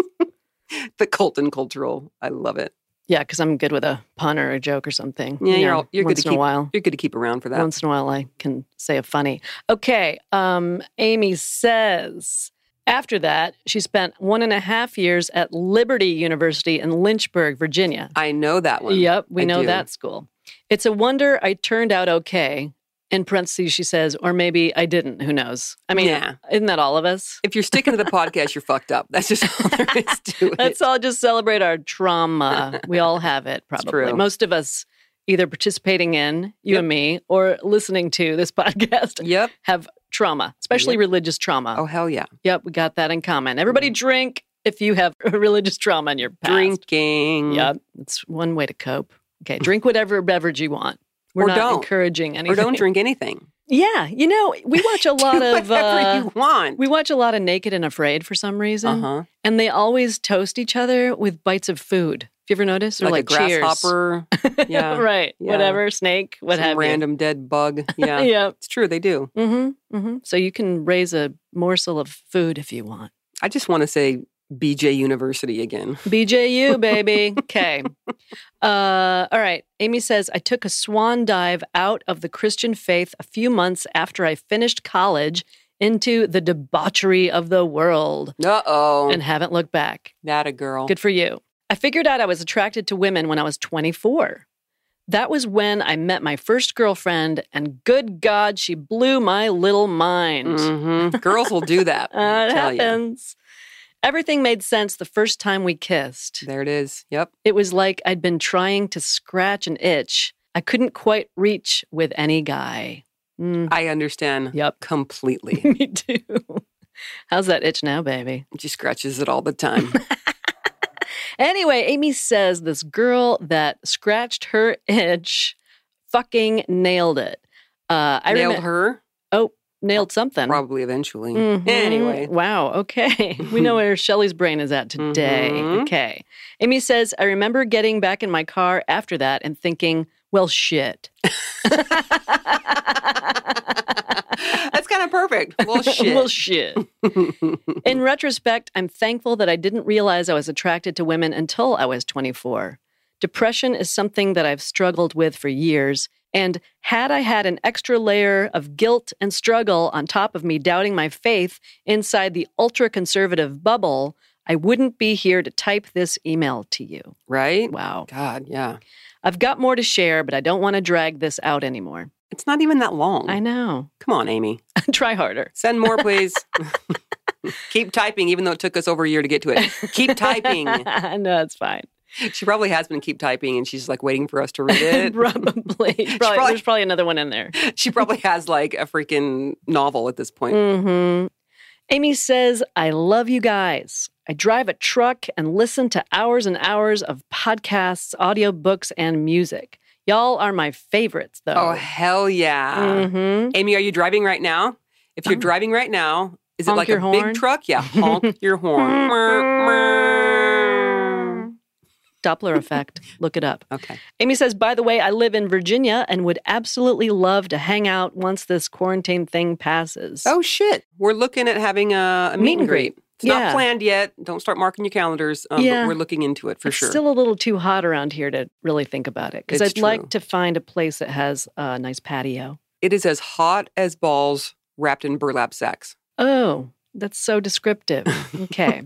[SPEAKER 2] the cult and cultural. I love it.
[SPEAKER 1] Yeah, because I'm good with a pun or a joke or something.
[SPEAKER 2] Yeah,
[SPEAKER 1] you
[SPEAKER 2] you're
[SPEAKER 1] know,
[SPEAKER 2] all- you're good
[SPEAKER 1] once
[SPEAKER 2] to
[SPEAKER 1] in a
[SPEAKER 2] keep-
[SPEAKER 1] while.
[SPEAKER 2] You're good to keep around for that.
[SPEAKER 1] Once in a while, I can say a funny. Okay. Um, Amy says after that, she spent one and a half years at Liberty University in Lynchburg, Virginia.
[SPEAKER 2] I know that one.
[SPEAKER 1] Yep, we
[SPEAKER 2] I
[SPEAKER 1] know
[SPEAKER 2] do.
[SPEAKER 1] that school. It's a wonder I turned out okay. In parentheses, she says, or maybe I didn't. Who knows? I mean,
[SPEAKER 2] Yeah.
[SPEAKER 1] isn't that all of us?
[SPEAKER 2] If you're sticking to the podcast, you're fucked up. That's just all there is to it.
[SPEAKER 1] Let's all just celebrate our trauma. we all have it, probably.
[SPEAKER 2] true.
[SPEAKER 1] Most of us, either participating in, you
[SPEAKER 2] Yep.
[SPEAKER 1] and me, or listening to this podcast,
[SPEAKER 2] yep.
[SPEAKER 1] have trauma, especially
[SPEAKER 2] Yep.
[SPEAKER 1] religious trauma.
[SPEAKER 2] Oh Mm-hmm. hell yeah.
[SPEAKER 1] Yep, we got that in common. Everybody drink if you have religious trauma in your past.
[SPEAKER 2] Drinking.
[SPEAKER 1] Yep, it's one way to cope. Okay, drink whatever beverage you want. We're
[SPEAKER 2] Or
[SPEAKER 1] not
[SPEAKER 2] don't.
[SPEAKER 1] encouraging anything.
[SPEAKER 2] Or don't drink anything.
[SPEAKER 1] Yeah, you know, we watch a lot
[SPEAKER 2] Do
[SPEAKER 1] of
[SPEAKER 2] whatever
[SPEAKER 1] uh,
[SPEAKER 2] you want.
[SPEAKER 1] we watch a lot of Naked and Afraid for some reason,
[SPEAKER 2] Uh huh.
[SPEAKER 1] and they always toast each other with bites of food. you ever notice? Or
[SPEAKER 2] like,
[SPEAKER 1] like,
[SPEAKER 2] a
[SPEAKER 1] Cheers.
[SPEAKER 2] grasshopper, yeah,
[SPEAKER 1] right.
[SPEAKER 2] Yeah.
[SPEAKER 1] Whatever. Snake. What
[SPEAKER 2] some
[SPEAKER 1] have
[SPEAKER 2] random dead bug.
[SPEAKER 1] you.
[SPEAKER 2] Yeah,
[SPEAKER 1] Yep.
[SPEAKER 2] it's true. They do.
[SPEAKER 1] Mm-hmm, mm-hmm. So you can raise a morsel of food if you want.
[SPEAKER 2] I just want to say BJ University again.
[SPEAKER 1] BJU, baby. Okay. Uh, all right. Amy says I took a swan dive out of the Christian faith a few months after I finished college into the debauchery of the world
[SPEAKER 2] Uh oh,
[SPEAKER 1] and haven't looked back.
[SPEAKER 2] that a girl.
[SPEAKER 1] Good for you. I figured out I was attracted to women when I was 24. That was when I met my first girlfriend, and good God, she blew my little mind.
[SPEAKER 2] hmm Girls will do that.
[SPEAKER 1] Uh, it
[SPEAKER 2] I tell you.
[SPEAKER 1] happens. Everything made sense the first time we kissed.
[SPEAKER 2] There it is. Yep.
[SPEAKER 1] It was like I'd been trying to scratch an itch I couldn't quite reach with any guy. Mm,
[SPEAKER 2] I understand
[SPEAKER 1] yep.
[SPEAKER 2] completely.
[SPEAKER 1] Me too. How's that itch now, baby?
[SPEAKER 2] she scratches it all the time.
[SPEAKER 1] Anyway, Amy says this girl that scratched her itch fucking nailed it. Uh, I
[SPEAKER 2] Nailed
[SPEAKER 1] remem-
[SPEAKER 2] her,
[SPEAKER 1] nailed something.
[SPEAKER 2] probably eventually.
[SPEAKER 1] Mhm.
[SPEAKER 2] Anyway.
[SPEAKER 1] Wow. Okay. We know where Shelley's brain is at today.
[SPEAKER 2] Mhm.
[SPEAKER 1] Okay. Amy says, I remember getting back in my car after that and thinking, well, shit.
[SPEAKER 2] That's kind of perfect. Well, shit.
[SPEAKER 1] well, shit. In retrospect, I'm thankful that I didn't realize I was attracted to women until I was 24. Depression is something that I've struggled with for years. And had I had an extra layer of guilt and struggle on top of me doubting my faith inside the ultra conservative bubble, I wouldn't be here to type this email to you.
[SPEAKER 2] right?
[SPEAKER 1] Wow.
[SPEAKER 2] God, yeah.
[SPEAKER 1] I've got more to share, but I don't want to drag this out anymore.
[SPEAKER 2] It's not even that long.
[SPEAKER 1] I know.
[SPEAKER 2] Come on, Amy.
[SPEAKER 1] Try harder.
[SPEAKER 2] Send more, please. Keep typing, even though it took us over a year to get to it. Keep typing.
[SPEAKER 1] no, it's fine.
[SPEAKER 2] She probably has been keep typing, and she's like waiting for us to read it.
[SPEAKER 1] probably. probably.
[SPEAKER 2] probably-
[SPEAKER 1] There's probably another one in there.
[SPEAKER 2] She probably has like a freaking novel at this point.
[SPEAKER 1] hmm Amy says, I love you guys. I drive a truck and listen to hours and hours of podcasts, audiobooks, and music. Y'all are my favorites, though.
[SPEAKER 2] Oh hell yeah!
[SPEAKER 1] Mhm.
[SPEAKER 2] Amy, are you driving right now? If you're
[SPEAKER 1] Oh.
[SPEAKER 2] driving right now, is it
[SPEAKER 1] Honk
[SPEAKER 2] like a
[SPEAKER 1] your horn. Mm,
[SPEAKER 2] big truck? Yeah, honk your horn. Mer, mer.
[SPEAKER 1] Doppler effect. Look it up.
[SPEAKER 2] okay.
[SPEAKER 1] Amy says, by the way, I live in Virginia and would absolutely love to hang out once this quarantine thing passes.
[SPEAKER 2] Oh shit! We're looking at having a, a meet, and greet. It's
[SPEAKER 1] Yeah.
[SPEAKER 2] not planned yet. Don't start marking your calendars. Um,
[SPEAKER 1] Yeah.
[SPEAKER 2] but we're looking into it for
[SPEAKER 1] it's
[SPEAKER 2] sure.
[SPEAKER 1] still a little too hot around here to really think about it because
[SPEAKER 2] It's
[SPEAKER 1] I'd like
[SPEAKER 2] true.
[SPEAKER 1] to find a place that has a nice patio.
[SPEAKER 2] it is as hot as balls wrapped in burlap sacks.
[SPEAKER 1] Oh, that's so descriptive. Okay.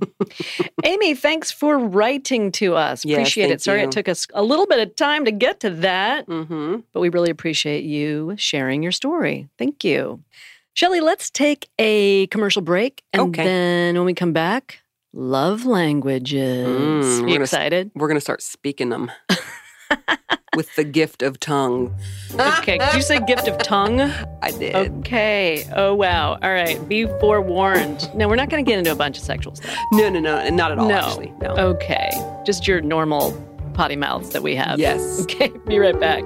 [SPEAKER 1] Amy, thanks for writing to us.
[SPEAKER 2] Yes,
[SPEAKER 1] appreciate it.
[SPEAKER 2] thank
[SPEAKER 1] Sorry
[SPEAKER 2] you.
[SPEAKER 1] it took us a little bit of time to get to that,
[SPEAKER 2] Mm-hmm.
[SPEAKER 1] but we really appreciate you sharing your story. Thank you. Shelly, let's take a commercial break. And
[SPEAKER 2] Okay.
[SPEAKER 1] then when we come back, love languages.
[SPEAKER 2] Mm, we're
[SPEAKER 1] you
[SPEAKER 2] gonna-
[SPEAKER 1] excited?
[SPEAKER 2] We're gonna start speaking them with the gift of tongue.
[SPEAKER 1] Okay. Did you say gift of tongue?
[SPEAKER 2] I did.
[SPEAKER 1] Okay. Oh, wow. All right. Be forewarned. No, we're not going to get into a bunch of sexual stuff.
[SPEAKER 2] No, no, no, not at all.
[SPEAKER 1] No. Oh,
[SPEAKER 2] Actually, no.
[SPEAKER 1] Okay. Just your normal potty mouths that we have.
[SPEAKER 2] Yes.
[SPEAKER 1] Okay. Be right back.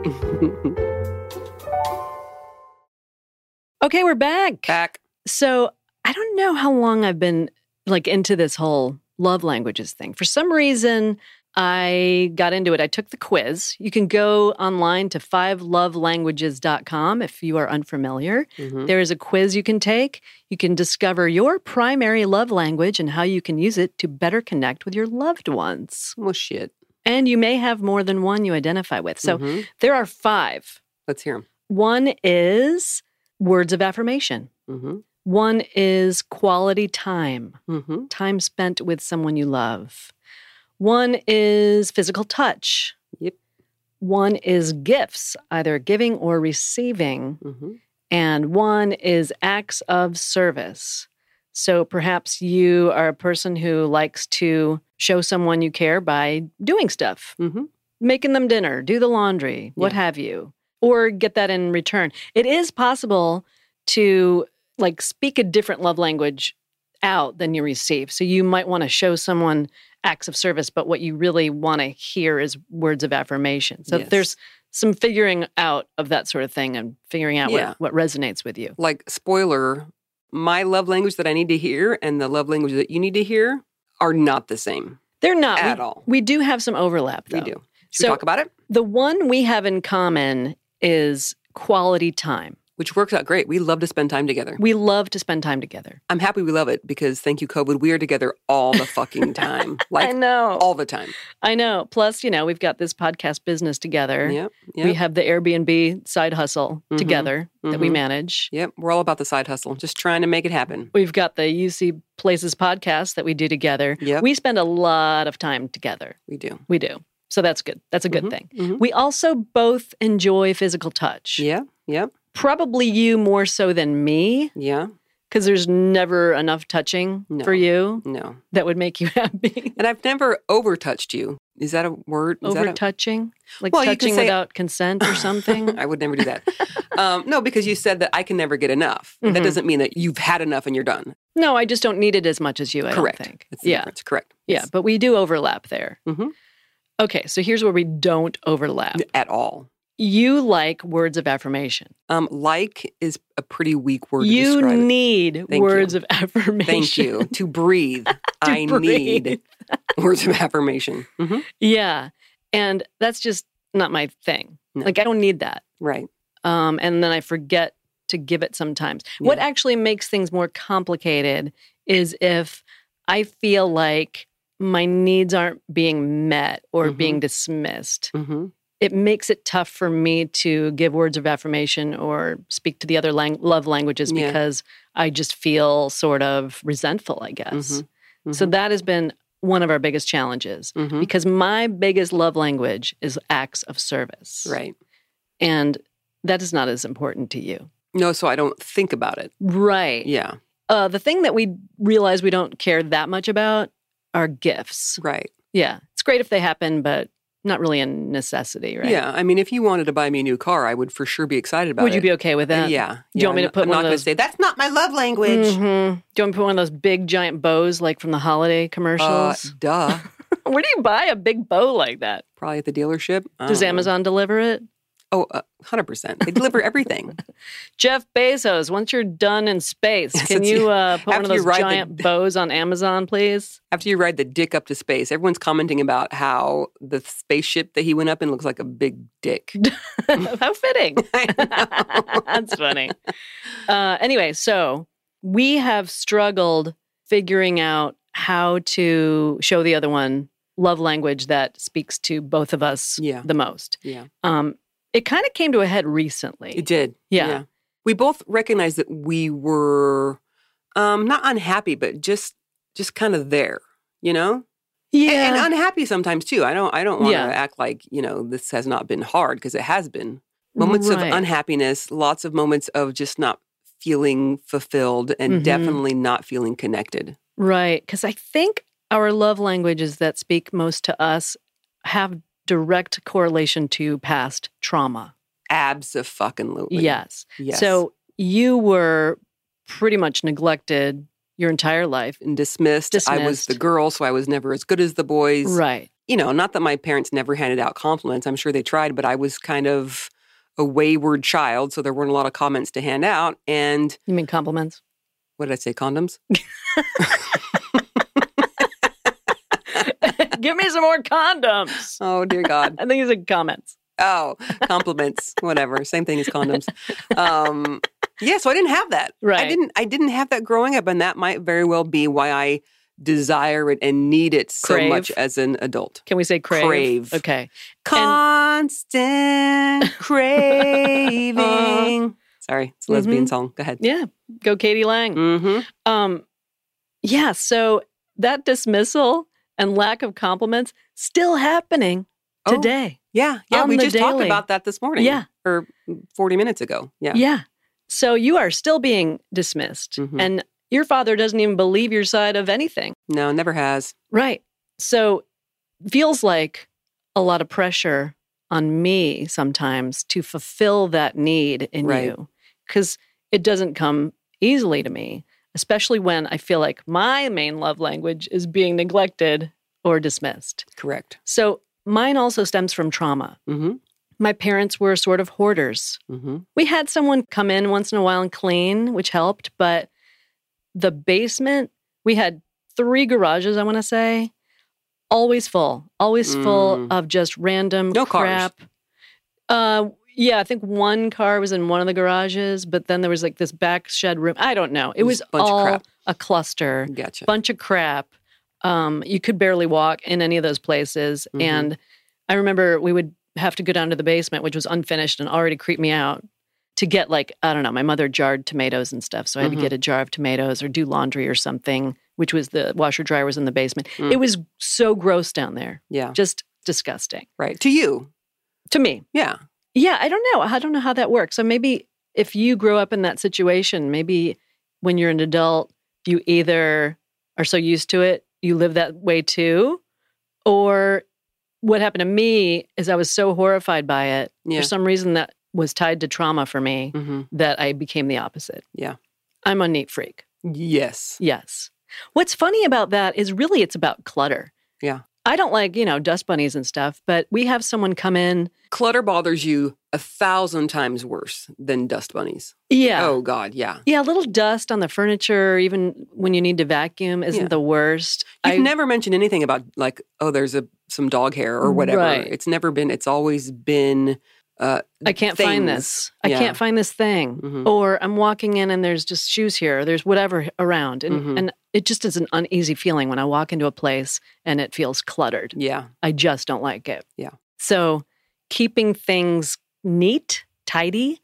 [SPEAKER 1] Okay. We're back.
[SPEAKER 2] Back.
[SPEAKER 1] So I don't know how long I've been like into this whole love languages thing. For some reason, I got into it. I took the quiz. You can go online to fivelovelanguages.com if you are unfamiliar.
[SPEAKER 2] Mhm.
[SPEAKER 1] There is a quiz you can take. You can discover your primary love language and how you can use it to better connect with your loved ones.
[SPEAKER 2] Well, shit.
[SPEAKER 1] And you may have more than one you identify with. So
[SPEAKER 2] Mhm.
[SPEAKER 1] there are five.
[SPEAKER 2] let's hear them.
[SPEAKER 1] One is words of affirmation,
[SPEAKER 2] Mm-hmm.
[SPEAKER 1] one is quality time,
[SPEAKER 2] Mm-hmm.
[SPEAKER 1] time spent with someone you love, one is physical touch.
[SPEAKER 2] Yep.
[SPEAKER 1] One is gifts, either giving or receiving.
[SPEAKER 2] Mm-hmm.
[SPEAKER 1] and one is acts of service. So perhaps you are a person who likes to show someone you care by doing stuff,
[SPEAKER 2] Mm-hmm.
[SPEAKER 1] making them dinner, do the laundry, what
[SPEAKER 2] Yeah.
[SPEAKER 1] have you, or get that in return. It is possible to like speak a different love language out than you receive. So you might want to show someone acts of service, but what you really want to hear is words of affirmation. So
[SPEAKER 2] Yes.
[SPEAKER 1] there's some figuring out of that sort of thing and figuring out
[SPEAKER 2] Yeah.
[SPEAKER 1] what, what resonates with you.
[SPEAKER 2] Like spoiler, my love language that I need to hear and the love language that you need to hear are not the same.
[SPEAKER 1] They're not.
[SPEAKER 2] At
[SPEAKER 1] we,
[SPEAKER 2] all.
[SPEAKER 1] we do have some overlap, though.
[SPEAKER 2] We do. Should
[SPEAKER 1] Oh. So-
[SPEAKER 2] we talk about it?
[SPEAKER 1] The one we have in common is quality time.
[SPEAKER 2] Which works out great. We love to spend time together.
[SPEAKER 1] We love to spend time together.
[SPEAKER 2] I'm happy we love it because thank you, COVID. We are together all the fucking time. Like
[SPEAKER 1] know.
[SPEAKER 2] all the time.
[SPEAKER 1] I know. Plus, you know, we've got this podcast business together.
[SPEAKER 2] Yep.
[SPEAKER 1] We
[SPEAKER 2] Yep.
[SPEAKER 1] have the Airbnb side hustle
[SPEAKER 2] Mhm.
[SPEAKER 1] together that we
[SPEAKER 2] Mhm.
[SPEAKER 1] manage.
[SPEAKER 2] Yep. We're all about the side hustle, just trying to make it happen.
[SPEAKER 1] We've got the UC Places podcast that we do together.
[SPEAKER 2] Yep.
[SPEAKER 1] We spend a lot of time together.
[SPEAKER 2] We do.
[SPEAKER 1] We do. So that's good. That's a good thing.
[SPEAKER 2] mhm.
[SPEAKER 1] We also both enjoy physical touch.
[SPEAKER 2] Yeah. Yep.
[SPEAKER 1] Probably you more so than me,
[SPEAKER 2] Yeah.
[SPEAKER 1] because there's never enough touching
[SPEAKER 2] No.
[SPEAKER 1] for you
[SPEAKER 2] No.
[SPEAKER 1] that would make you happy.
[SPEAKER 2] And I've never overtouched you. Is that a word? Is
[SPEAKER 1] Over
[SPEAKER 2] that a-
[SPEAKER 1] touching, like
[SPEAKER 2] Well, you could
[SPEAKER 1] touching
[SPEAKER 2] say-
[SPEAKER 1] without consent or something.
[SPEAKER 2] I would never do that. um, no, because you said that I can never get enough.
[SPEAKER 1] Mhm.
[SPEAKER 2] That doesn't mean that you've had enough and you're done.
[SPEAKER 1] no, I just don't need it as much as you. I don't
[SPEAKER 2] Correct.
[SPEAKER 1] think.
[SPEAKER 2] That's the
[SPEAKER 1] yeah,
[SPEAKER 2] difference. Correct.
[SPEAKER 1] yeah, but we do overlap there.
[SPEAKER 2] Mhm.
[SPEAKER 1] Okay, so here's where we don't overlap.
[SPEAKER 2] At all.
[SPEAKER 1] You like words of affirmation.
[SPEAKER 2] Um, like is a pretty weak word to
[SPEAKER 1] you
[SPEAKER 2] describe. it.
[SPEAKER 1] need
[SPEAKER 2] Thank
[SPEAKER 1] words of
[SPEAKER 2] Thank
[SPEAKER 1] affirmation.
[SPEAKER 2] you. To breathe. I
[SPEAKER 1] breathe.
[SPEAKER 2] need words of affirmation. Mhm.
[SPEAKER 1] Yeah, and that's just not my thing.
[SPEAKER 2] No.
[SPEAKER 1] Like I don't need that.
[SPEAKER 2] Right.
[SPEAKER 1] um, and then I forget to give it sometimes. What
[SPEAKER 2] Yeah.
[SPEAKER 1] actually makes things more complicated is if I feel like my needs aren't being met or
[SPEAKER 2] Mhm.
[SPEAKER 1] being dismissed.
[SPEAKER 2] hmm
[SPEAKER 1] It makes it tough for me to give words of affirmation or speak to the other lang- love languages
[SPEAKER 2] Yeah.
[SPEAKER 1] because I just feel sort of resentful, I guess.
[SPEAKER 2] Mhm.
[SPEAKER 1] So that has been one of our biggest challenges
[SPEAKER 2] hmm
[SPEAKER 1] because my biggest love language is acts of service
[SPEAKER 2] Right.
[SPEAKER 1] and that is not as important to you.
[SPEAKER 2] No, so I don't think about it.
[SPEAKER 1] Right.
[SPEAKER 2] Yeah.
[SPEAKER 1] Uh, the thing that we realize we don't care that much about are gifts.
[SPEAKER 2] Right.
[SPEAKER 1] Yeah. It's great if they happen, but not really a necessity, right?
[SPEAKER 2] Yeah. I mean, if you wanted to buy me a new car, I would for sure be excited about
[SPEAKER 1] Would you
[SPEAKER 2] it.
[SPEAKER 1] be okay with that?
[SPEAKER 2] Yeah.
[SPEAKER 1] You
[SPEAKER 2] yeah,
[SPEAKER 1] want me to
[SPEAKER 2] I'm-
[SPEAKER 1] put
[SPEAKER 2] I'm
[SPEAKER 1] one
[SPEAKER 2] not
[SPEAKER 1] of
[SPEAKER 2] gonna
[SPEAKER 1] those-
[SPEAKER 2] say that's not my love language.
[SPEAKER 1] Mhm. Do you want me to put one of those big giant bows like from the holiday
[SPEAKER 2] Uh,
[SPEAKER 1] commercials?
[SPEAKER 2] duh.
[SPEAKER 1] Uh, Where do you buy a big bow like that?
[SPEAKER 2] Probably at the dealership. I
[SPEAKER 1] Does
[SPEAKER 2] don't know.
[SPEAKER 1] Amazon deliver it?
[SPEAKER 2] Oh, uh, 100%. They deliver everything.
[SPEAKER 1] Jeff Bezos, once you're done in space,
[SPEAKER 2] Yes,
[SPEAKER 1] can
[SPEAKER 2] it's-
[SPEAKER 1] you uh, put one of
[SPEAKER 2] after you
[SPEAKER 1] those
[SPEAKER 2] ride the-
[SPEAKER 1] giant bows on Amazon, please?
[SPEAKER 2] After you ride the dick up to space, everyone's commenting about how the spaceship that he went up in looks like a big dick.
[SPEAKER 1] How fitting.
[SPEAKER 2] I know.
[SPEAKER 1] That's funny. Uh, anyway, so we have struggled figuring out how to show the other one love language that speaks to both of us
[SPEAKER 2] Yeah.
[SPEAKER 1] the most.
[SPEAKER 2] Yeah.
[SPEAKER 1] Um, it kind of came to a head recently.
[SPEAKER 2] It did.
[SPEAKER 1] Yeah.
[SPEAKER 2] We both recognized that we were um, not unhappy, but just just kind of there, you know?
[SPEAKER 1] yeah.
[SPEAKER 2] And, and unhappy sometimes too. I don't I don't want to
[SPEAKER 1] Yeah.
[SPEAKER 2] act like, you know, this has not been hard because it has been. Moments
[SPEAKER 1] Right.
[SPEAKER 2] of unhappiness, lots of moments of just not feeling fulfilled and
[SPEAKER 1] Mhm.
[SPEAKER 2] definitely not feeling connected.
[SPEAKER 1] Right. Because I think our love languages that speak most to us have direct correlation to past trauma.
[SPEAKER 2] Absolutely.
[SPEAKER 1] Yes.
[SPEAKER 2] Yes.
[SPEAKER 1] So you were pretty much neglected your entire life.
[SPEAKER 2] and dismissed. I was the
[SPEAKER 1] Dismissed.
[SPEAKER 2] girl, so I was never as good as the boys.
[SPEAKER 1] Right.
[SPEAKER 2] You know, not that my parents never handed out compliments. I'm sure they tried, but I was kind of a wayward child, so there weren't a lot of comments to hand out. And
[SPEAKER 1] You mean compliments?
[SPEAKER 2] what did I say? Condoms?
[SPEAKER 1] Give me some more condoms.
[SPEAKER 2] Oh dear God.
[SPEAKER 1] I think it's said comments.
[SPEAKER 2] Oh, compliments. Whatever. Same thing as condoms. Um, yeah. So I didn't have that.
[SPEAKER 1] Right.
[SPEAKER 2] I didn't. I didn't have that growing up, and that might very well be why I desire it and need it so
[SPEAKER 1] Crave.
[SPEAKER 2] much as an adult.
[SPEAKER 1] Can we say crave?
[SPEAKER 2] Crave.
[SPEAKER 1] Okay. Uh-huh.
[SPEAKER 2] Constant craving. Sorry, it's a lesbian song. Go ahead.
[SPEAKER 1] Mm-hmm. Yeah. Go Katie Lang.
[SPEAKER 2] hmm
[SPEAKER 1] Um, yeah. So that dismissal and lack of compliments still happening
[SPEAKER 2] Oh,
[SPEAKER 1] today.
[SPEAKER 2] Yeah, yeah.
[SPEAKER 1] On
[SPEAKER 2] we
[SPEAKER 1] the
[SPEAKER 2] just talked
[SPEAKER 1] daily.
[SPEAKER 2] about that this morning.
[SPEAKER 1] Yeah.
[SPEAKER 2] or forty minutes ago. Yeah,
[SPEAKER 1] Yeah. So you are still being dismissed,
[SPEAKER 2] Mhm.
[SPEAKER 1] and your father doesn't even believe your side of anything.
[SPEAKER 2] no, never has.
[SPEAKER 1] Right. So feels like a lot of pressure on me sometimes to fulfill that need in
[SPEAKER 2] Right.
[SPEAKER 1] you cuz it doesn't come easily to me, especially when I feel like my main love language is being neglected or dismissed.
[SPEAKER 2] Correct.
[SPEAKER 1] So mine also stems from trauma.
[SPEAKER 2] hmm
[SPEAKER 1] My parents were sort of hoarders.
[SPEAKER 2] hmm
[SPEAKER 1] We had someone come in once in a while and clean, which helped, but the basement, we had three garages, I want to say. always full, always full
[SPEAKER 2] Mm.
[SPEAKER 1] of just random
[SPEAKER 2] No cars.
[SPEAKER 1] crap. Uh, yeah, I think one car was in one of the garages, but then there was like this back shed room. I don't know. It was
[SPEAKER 2] Just a bunch of
[SPEAKER 1] all
[SPEAKER 2] crap.
[SPEAKER 1] a cluster,
[SPEAKER 2] Gotcha.
[SPEAKER 1] bunch of crap. Um, you could barely walk in any of those places,
[SPEAKER 2] Mhm.
[SPEAKER 1] and I remember we would have to go down to the basement, which was unfinished and already creeped me out. To get like I don't know, my mother jarred tomatoes and stuff, so I had
[SPEAKER 2] Mhm.
[SPEAKER 1] to get a jar of tomatoes or do laundry or something, which was the washer dryer was in the basement.
[SPEAKER 2] Mm.
[SPEAKER 1] It was so gross down there,
[SPEAKER 2] yeah.
[SPEAKER 1] just disgusting
[SPEAKER 2] Right. To you.
[SPEAKER 1] to me.
[SPEAKER 2] Yeah.
[SPEAKER 1] Yeah, I don't know. I don't know how that works. So maybe if you grow up in that situation, maybe when you're an adult, you either are so used to it, you live that way too, or what happened to me is I was so horrified by it.
[SPEAKER 2] Yeah.
[SPEAKER 1] For some reason, that was tied to trauma for me
[SPEAKER 2] hmm
[SPEAKER 1] that I became the opposite.
[SPEAKER 2] Yeah.
[SPEAKER 1] I'm a neat freak.
[SPEAKER 2] Yes.
[SPEAKER 1] Yes. What's funny about that is really it's about clutter.
[SPEAKER 2] Yeah.
[SPEAKER 1] I don't like, you know, dust bunnies and stuff, but we have someone come in.
[SPEAKER 2] Clutter bothers you a thousand times worse than dust bunnies.
[SPEAKER 1] Yeah.
[SPEAKER 2] Oh God. Yeah.
[SPEAKER 1] Yeah, a little dust on the furniture, even when you need to vacuum, isn't
[SPEAKER 2] Yeah.
[SPEAKER 1] the worst.
[SPEAKER 2] You've
[SPEAKER 1] I-
[SPEAKER 2] never mentioned anything about like, oh, there's a some dog hair or whatever.
[SPEAKER 1] Right.
[SPEAKER 2] It's never been. It's always been. Uh,
[SPEAKER 1] I can't find
[SPEAKER 2] things.
[SPEAKER 1] this. I
[SPEAKER 2] Yeah.
[SPEAKER 1] can't find this thing.
[SPEAKER 2] Mhm.
[SPEAKER 1] Or I'm walking in and there's just shoes here, or there's whatever around. And,
[SPEAKER 2] Mhm.
[SPEAKER 1] and it just is an uneasy feeling when I walk into a place and it feels cluttered.
[SPEAKER 2] Yeah.
[SPEAKER 1] I just don't like it.
[SPEAKER 2] Mm. Yeah.
[SPEAKER 1] So keeping things neat, tidy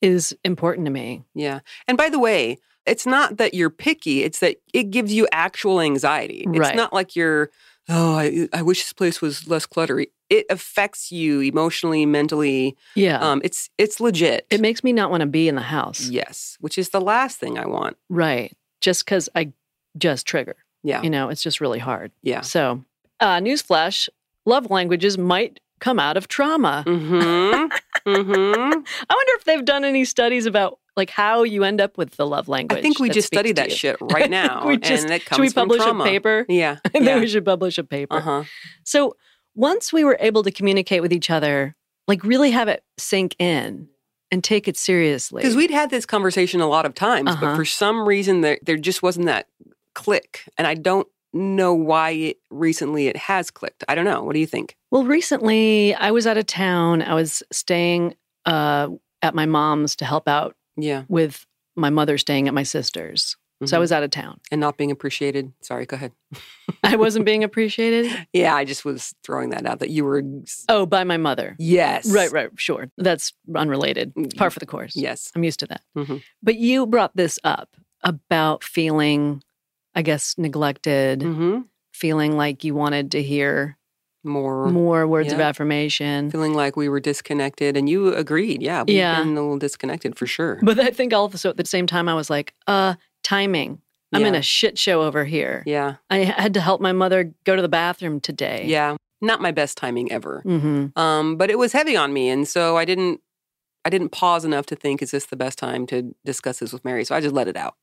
[SPEAKER 1] is important to me.
[SPEAKER 2] Yeah. And by the way, it's not that you're picky, it's that it gives you actual anxiety.
[SPEAKER 1] Right.
[SPEAKER 2] It's not like you're, oh, I, I wish this place was less cluttery. It affects you emotionally, mentally.
[SPEAKER 1] Yeah.
[SPEAKER 2] Um, it's it's legit.
[SPEAKER 1] it makes me not want to be in the house.
[SPEAKER 2] yes, which is the last thing I want.
[SPEAKER 1] Right. Just because I just trigger.
[SPEAKER 2] Yeah.
[SPEAKER 1] You know, it's just really hard.
[SPEAKER 2] Yeah.
[SPEAKER 1] So, uh, newsflash love languages might come out of trauma.
[SPEAKER 2] Mm-hmm. mm-hmm.
[SPEAKER 1] I wonder if they've done any studies about like how you end up with the love language.
[SPEAKER 2] I think we
[SPEAKER 1] that
[SPEAKER 2] just
[SPEAKER 1] speaks
[SPEAKER 2] studied
[SPEAKER 1] to
[SPEAKER 2] that
[SPEAKER 1] you.
[SPEAKER 2] shit right now.
[SPEAKER 1] we just-
[SPEAKER 2] and it comes
[SPEAKER 1] Should we
[SPEAKER 2] from
[SPEAKER 1] publish
[SPEAKER 2] trauma.
[SPEAKER 1] a paper?
[SPEAKER 2] Yeah.
[SPEAKER 1] I think
[SPEAKER 2] yeah.
[SPEAKER 1] we should publish a paper.
[SPEAKER 2] Uh-huh.
[SPEAKER 1] So, once we were able to communicate with each other, like really have it sink in and take it seriously.
[SPEAKER 2] Because we'd had this conversation a lot of times,
[SPEAKER 1] Uh-huh.
[SPEAKER 2] but for some reason there there just wasn't that click, and I don't know why it, recently it has clicked. I don't know. What do you think?
[SPEAKER 1] Well, recently I was out of town. I was staying uh, at my mom's to help out
[SPEAKER 2] Yeah,
[SPEAKER 1] with my mother staying at my sister's. So I
[SPEAKER 2] Mhm.
[SPEAKER 1] was out of town.
[SPEAKER 2] and not being appreciated. Sorry, go ahead.
[SPEAKER 1] I wasn't being appreciated.
[SPEAKER 2] Yeah, I just was throwing that out that you were.
[SPEAKER 1] Oh, by my mother.
[SPEAKER 2] Yes, Mm-hmm.
[SPEAKER 1] Right, right, sure. That's unrelated. It's par for the course.
[SPEAKER 2] Yes.
[SPEAKER 1] I'm used to that.
[SPEAKER 2] Mhm.
[SPEAKER 1] But you brought this up about feeling, I guess, neglected,
[SPEAKER 2] hmm
[SPEAKER 1] feeling like you wanted to hear
[SPEAKER 2] More
[SPEAKER 1] more words of
[SPEAKER 2] Mm-hmm. Yeah.
[SPEAKER 1] affirmation.
[SPEAKER 2] feeling like we were disconnected, and you agreed. Yeah, we've
[SPEAKER 1] Yeah.
[SPEAKER 2] been a little disconnected for sure.
[SPEAKER 1] But I think also at the same time, I was like, uh, timing. I'm in
[SPEAKER 2] Yeah.
[SPEAKER 1] a shit show over here.
[SPEAKER 2] Yeah,
[SPEAKER 1] I had to help my mother go to the bathroom today.
[SPEAKER 2] yeah, not my best timing ever.
[SPEAKER 1] hmm
[SPEAKER 2] um, but it was heavy on me, and so I didn't. I didn't pause enough to think, is this the best time to discuss this with Mary? So I just let it out.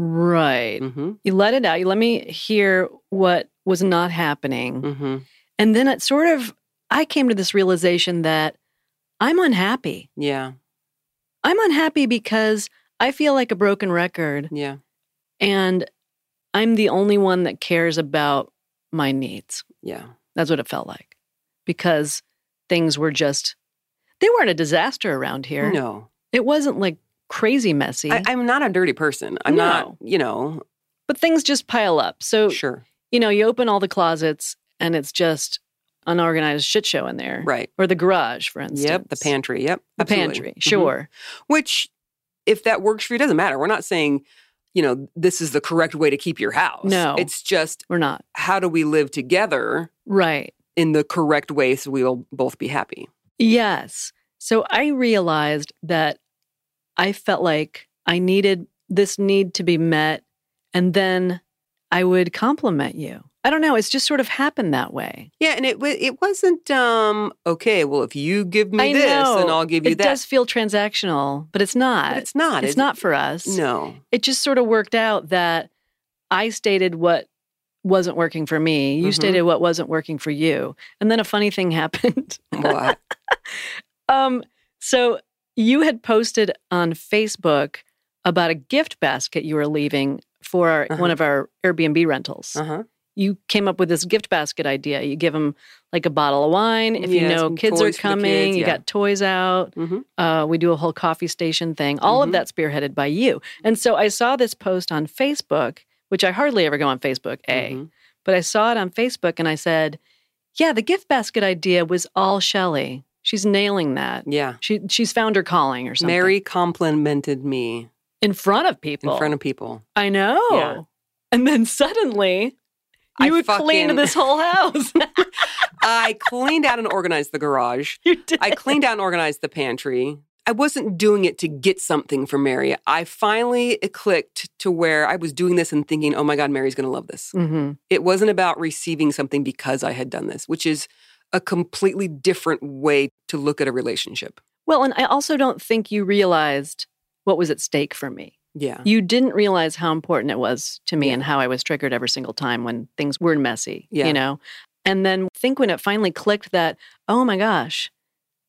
[SPEAKER 1] Right.
[SPEAKER 2] Mm-hmm.
[SPEAKER 1] You let it out. You let me hear what was not happening.
[SPEAKER 2] Mm-hmm.
[SPEAKER 1] And then it sort of, I came to this realization that I'm unhappy.
[SPEAKER 2] Yeah.
[SPEAKER 1] I'm unhappy because I feel like a broken record
[SPEAKER 2] Yeah.
[SPEAKER 1] and I'm the only one that cares about my needs.
[SPEAKER 2] Yeah.
[SPEAKER 1] That's what it felt like because things were just, they weren't a disaster around here.
[SPEAKER 2] No,
[SPEAKER 1] It wasn't like crazy messy,
[SPEAKER 2] I, I'm not a dirty person. I'm not. You know.
[SPEAKER 1] but things just pile up. So,
[SPEAKER 2] Sure.
[SPEAKER 1] you know, you open all the closets and it's just unorganized shit show in there.
[SPEAKER 2] Right.
[SPEAKER 1] Or the garage, for instance.
[SPEAKER 2] Yep. The pantry. Yep.
[SPEAKER 1] The
[SPEAKER 2] absolutely.
[SPEAKER 1] pantry,
[SPEAKER 2] Mhm.
[SPEAKER 1] sure.
[SPEAKER 2] Which, if that works for you, doesn't matter. We're not saying, you know, this is the correct way to keep your house.
[SPEAKER 1] No.
[SPEAKER 2] It's just
[SPEAKER 1] We're not.
[SPEAKER 2] how do we live together
[SPEAKER 1] Right.
[SPEAKER 2] in the correct way so we'll both be happy.
[SPEAKER 1] Yes. So I realized that I felt like I needed this need to be met, and then I would compliment you. I don't know. It's just sort of happened that way.
[SPEAKER 2] Yeah, and it wa- it wasn't um okay. Well, if you give me
[SPEAKER 1] I
[SPEAKER 2] this, then
[SPEAKER 1] know.
[SPEAKER 2] I'll give you
[SPEAKER 1] It
[SPEAKER 2] that.
[SPEAKER 1] does feel transactional, but it's not.
[SPEAKER 2] but it's not.
[SPEAKER 1] It's
[SPEAKER 2] is it?
[SPEAKER 1] not for us.
[SPEAKER 2] No.
[SPEAKER 1] It just sort of worked out that I stated what wasn't working for me. You
[SPEAKER 2] Mhm.
[SPEAKER 1] stated what wasn't working for you. And then a funny thing happened.
[SPEAKER 2] What?
[SPEAKER 1] Um, so you had posted on Facebook about a gift basket you were leaving for our,
[SPEAKER 2] Uh-huh.
[SPEAKER 1] one of our Airbnb rentals,
[SPEAKER 2] Uh huh.
[SPEAKER 1] you came up with this gift basket idea. You give them like a bottle of wine if you
[SPEAKER 2] Yeah,
[SPEAKER 1] know
[SPEAKER 2] some
[SPEAKER 1] kids
[SPEAKER 2] toys
[SPEAKER 1] are
[SPEAKER 2] for the
[SPEAKER 1] coming.
[SPEAKER 2] kids,
[SPEAKER 1] You
[SPEAKER 2] yeah.
[SPEAKER 1] got toys out.
[SPEAKER 2] Mhm.
[SPEAKER 1] Uh, we do a whole coffee station thing. All of
[SPEAKER 2] Mhm.
[SPEAKER 1] that spearheaded by you. And so I saw this post on Facebook, which I hardly ever go on Facebook. A,
[SPEAKER 2] Mhm.
[SPEAKER 1] but I saw it on Facebook and I said, "Yeah, the gift basket idea was all Shelley. She's nailing that.
[SPEAKER 2] Yeah.
[SPEAKER 1] She she's found her calling or something."
[SPEAKER 2] Mary complimented me
[SPEAKER 1] in front of
[SPEAKER 2] in
[SPEAKER 1] people.
[SPEAKER 2] front of people.
[SPEAKER 1] I know.
[SPEAKER 2] Yeah.
[SPEAKER 1] And then suddenly,
[SPEAKER 2] I
[SPEAKER 1] you would clean
[SPEAKER 2] fucking-
[SPEAKER 1] this whole house.
[SPEAKER 2] I cleaned out and organized the garage.
[SPEAKER 1] you did.
[SPEAKER 2] I cleaned out and organized the pantry. I wasn't doing it to get something from Mary. I finally it clicked to where I was doing this and thinking, oh my God, Mary's going to love this.
[SPEAKER 1] hmm
[SPEAKER 2] It wasn't about receiving something because I had done this, which is a completely different way to look at a relationship.
[SPEAKER 1] Well, and I also don't think you realized what was at stake for me.
[SPEAKER 2] Yeah.
[SPEAKER 1] You didn't realize how important it was to me and how I was triggered every single time when things were messy,
[SPEAKER 2] Yeah.
[SPEAKER 1] you know? And then I think when it finally clicked that, oh my gosh,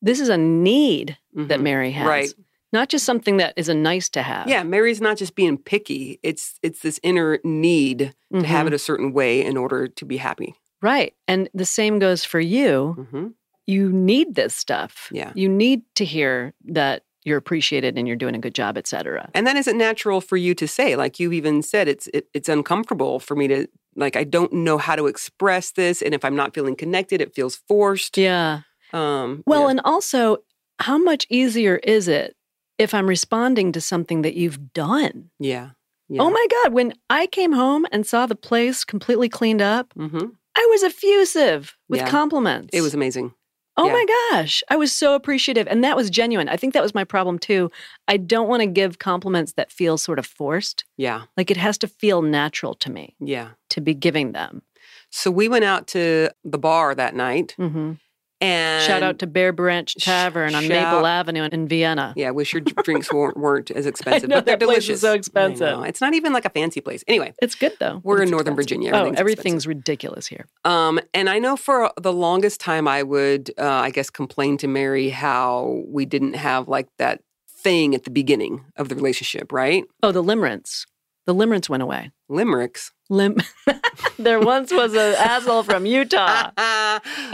[SPEAKER 1] this is a need that
[SPEAKER 2] Mhm.
[SPEAKER 1] Mary has.
[SPEAKER 2] Right.
[SPEAKER 1] Not just something that is a nice to have.
[SPEAKER 2] Yeah, Mary's not just being picky. It's it's this inner need to have
[SPEAKER 1] Mhm.
[SPEAKER 2] it a certain way in order to be happy.
[SPEAKER 1] Right. And the same goes for you.
[SPEAKER 2] hmm
[SPEAKER 1] you need this stuff.
[SPEAKER 2] Yeah.
[SPEAKER 1] You need to hear that you're appreciated and you're doing a good job, et cetera.
[SPEAKER 2] and that isn't natural for you to say like you even said it's it, it's uncomfortable for me to like i don't know how to express this and if i'm not feeling connected it feels forced
[SPEAKER 1] Yeah.
[SPEAKER 2] um
[SPEAKER 1] Well,
[SPEAKER 2] yeah.
[SPEAKER 1] and also, how much easier is it if I'm responding to something that you've done?
[SPEAKER 2] yeah,
[SPEAKER 1] Oh my God. When I came home and saw the place completely cleaned up,
[SPEAKER 2] hmm
[SPEAKER 1] I was effusive with
[SPEAKER 2] Yeah.
[SPEAKER 1] compliments.
[SPEAKER 2] it was amazing
[SPEAKER 1] Oh
[SPEAKER 2] Yeah.
[SPEAKER 1] my gosh. I was so appreciative. And that was genuine. I think that was my problem too. I don't want to give compliments that feel sort of forced.
[SPEAKER 2] yeah
[SPEAKER 1] Like it has to feel natural to me
[SPEAKER 2] yeah
[SPEAKER 1] to be giving them.
[SPEAKER 2] so we went out to the bar that night
[SPEAKER 1] hmm
[SPEAKER 2] Mm-hmm. and
[SPEAKER 1] Shout out to Bear Branch
[SPEAKER 2] Sh-
[SPEAKER 1] Tavern on
[SPEAKER 2] shout-
[SPEAKER 1] Maple Avenue in Vienna.
[SPEAKER 2] yeah, wish your drinks weren't, weren't as expensive,
[SPEAKER 1] know,
[SPEAKER 2] but they're
[SPEAKER 1] that place is
[SPEAKER 2] delicious.
[SPEAKER 1] so
[SPEAKER 2] I
[SPEAKER 1] expensive.
[SPEAKER 2] know. It's not even like a fancy place. Anyway,
[SPEAKER 1] It's good though.
[SPEAKER 2] We're
[SPEAKER 1] It's
[SPEAKER 2] in Northern
[SPEAKER 1] expensive.
[SPEAKER 2] Virginia.
[SPEAKER 1] Oh,
[SPEAKER 2] Everything's
[SPEAKER 1] everything's ridiculous here.
[SPEAKER 2] Um, and I know for the longest time, I would, uh, I guess, complain to Mary how we didn't have like that thing at the beginning of the relationship, right?
[SPEAKER 1] Oh, the limerence. The limerence went away.
[SPEAKER 2] Limericks.
[SPEAKER 1] Lim. there once was an asshole from Utah.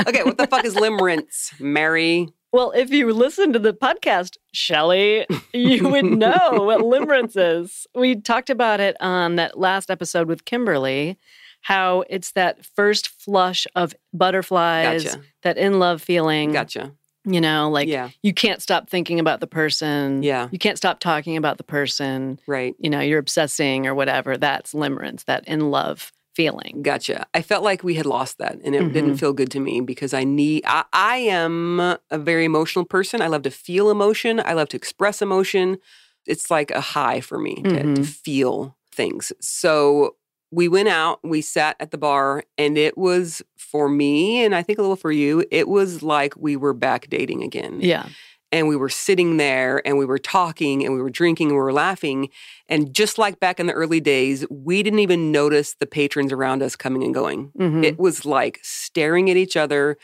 [SPEAKER 2] okay, what the fuck is limerence, Mary?
[SPEAKER 1] Well, if you listen to the podcast, Shelley, you would know what limerence is. We talked about it on that last episode with Kimberly, how it's that first flush of butterflies,
[SPEAKER 2] Gotcha.
[SPEAKER 1] that in love feeling.
[SPEAKER 2] Gotcha.
[SPEAKER 1] You know, like
[SPEAKER 2] yeah,
[SPEAKER 1] you can't stop thinking about the person.
[SPEAKER 2] Yeah.
[SPEAKER 1] You can't stop talking about the person.
[SPEAKER 2] right.
[SPEAKER 1] You know, you're obsessing or whatever. That's limerence, that in love feeling.
[SPEAKER 2] Gotcha. I felt like we had lost that and it didn't feel good to me because I need, I, I am a very emotional person. I love to feel emotion, I love to express emotion. It's like a high for me to, to
[SPEAKER 1] Mhm.
[SPEAKER 2] feel things. So we went out, we sat at the bar, and it was for me, and I think a little for you, it was like we were back dating again
[SPEAKER 1] Yeah.
[SPEAKER 2] and we were sitting there and we were talking and we were drinking and we were laughing. And just like back in the early days, we didn't even notice the patrons around us coming and going.
[SPEAKER 1] Mhm.
[SPEAKER 2] It was like staring at each other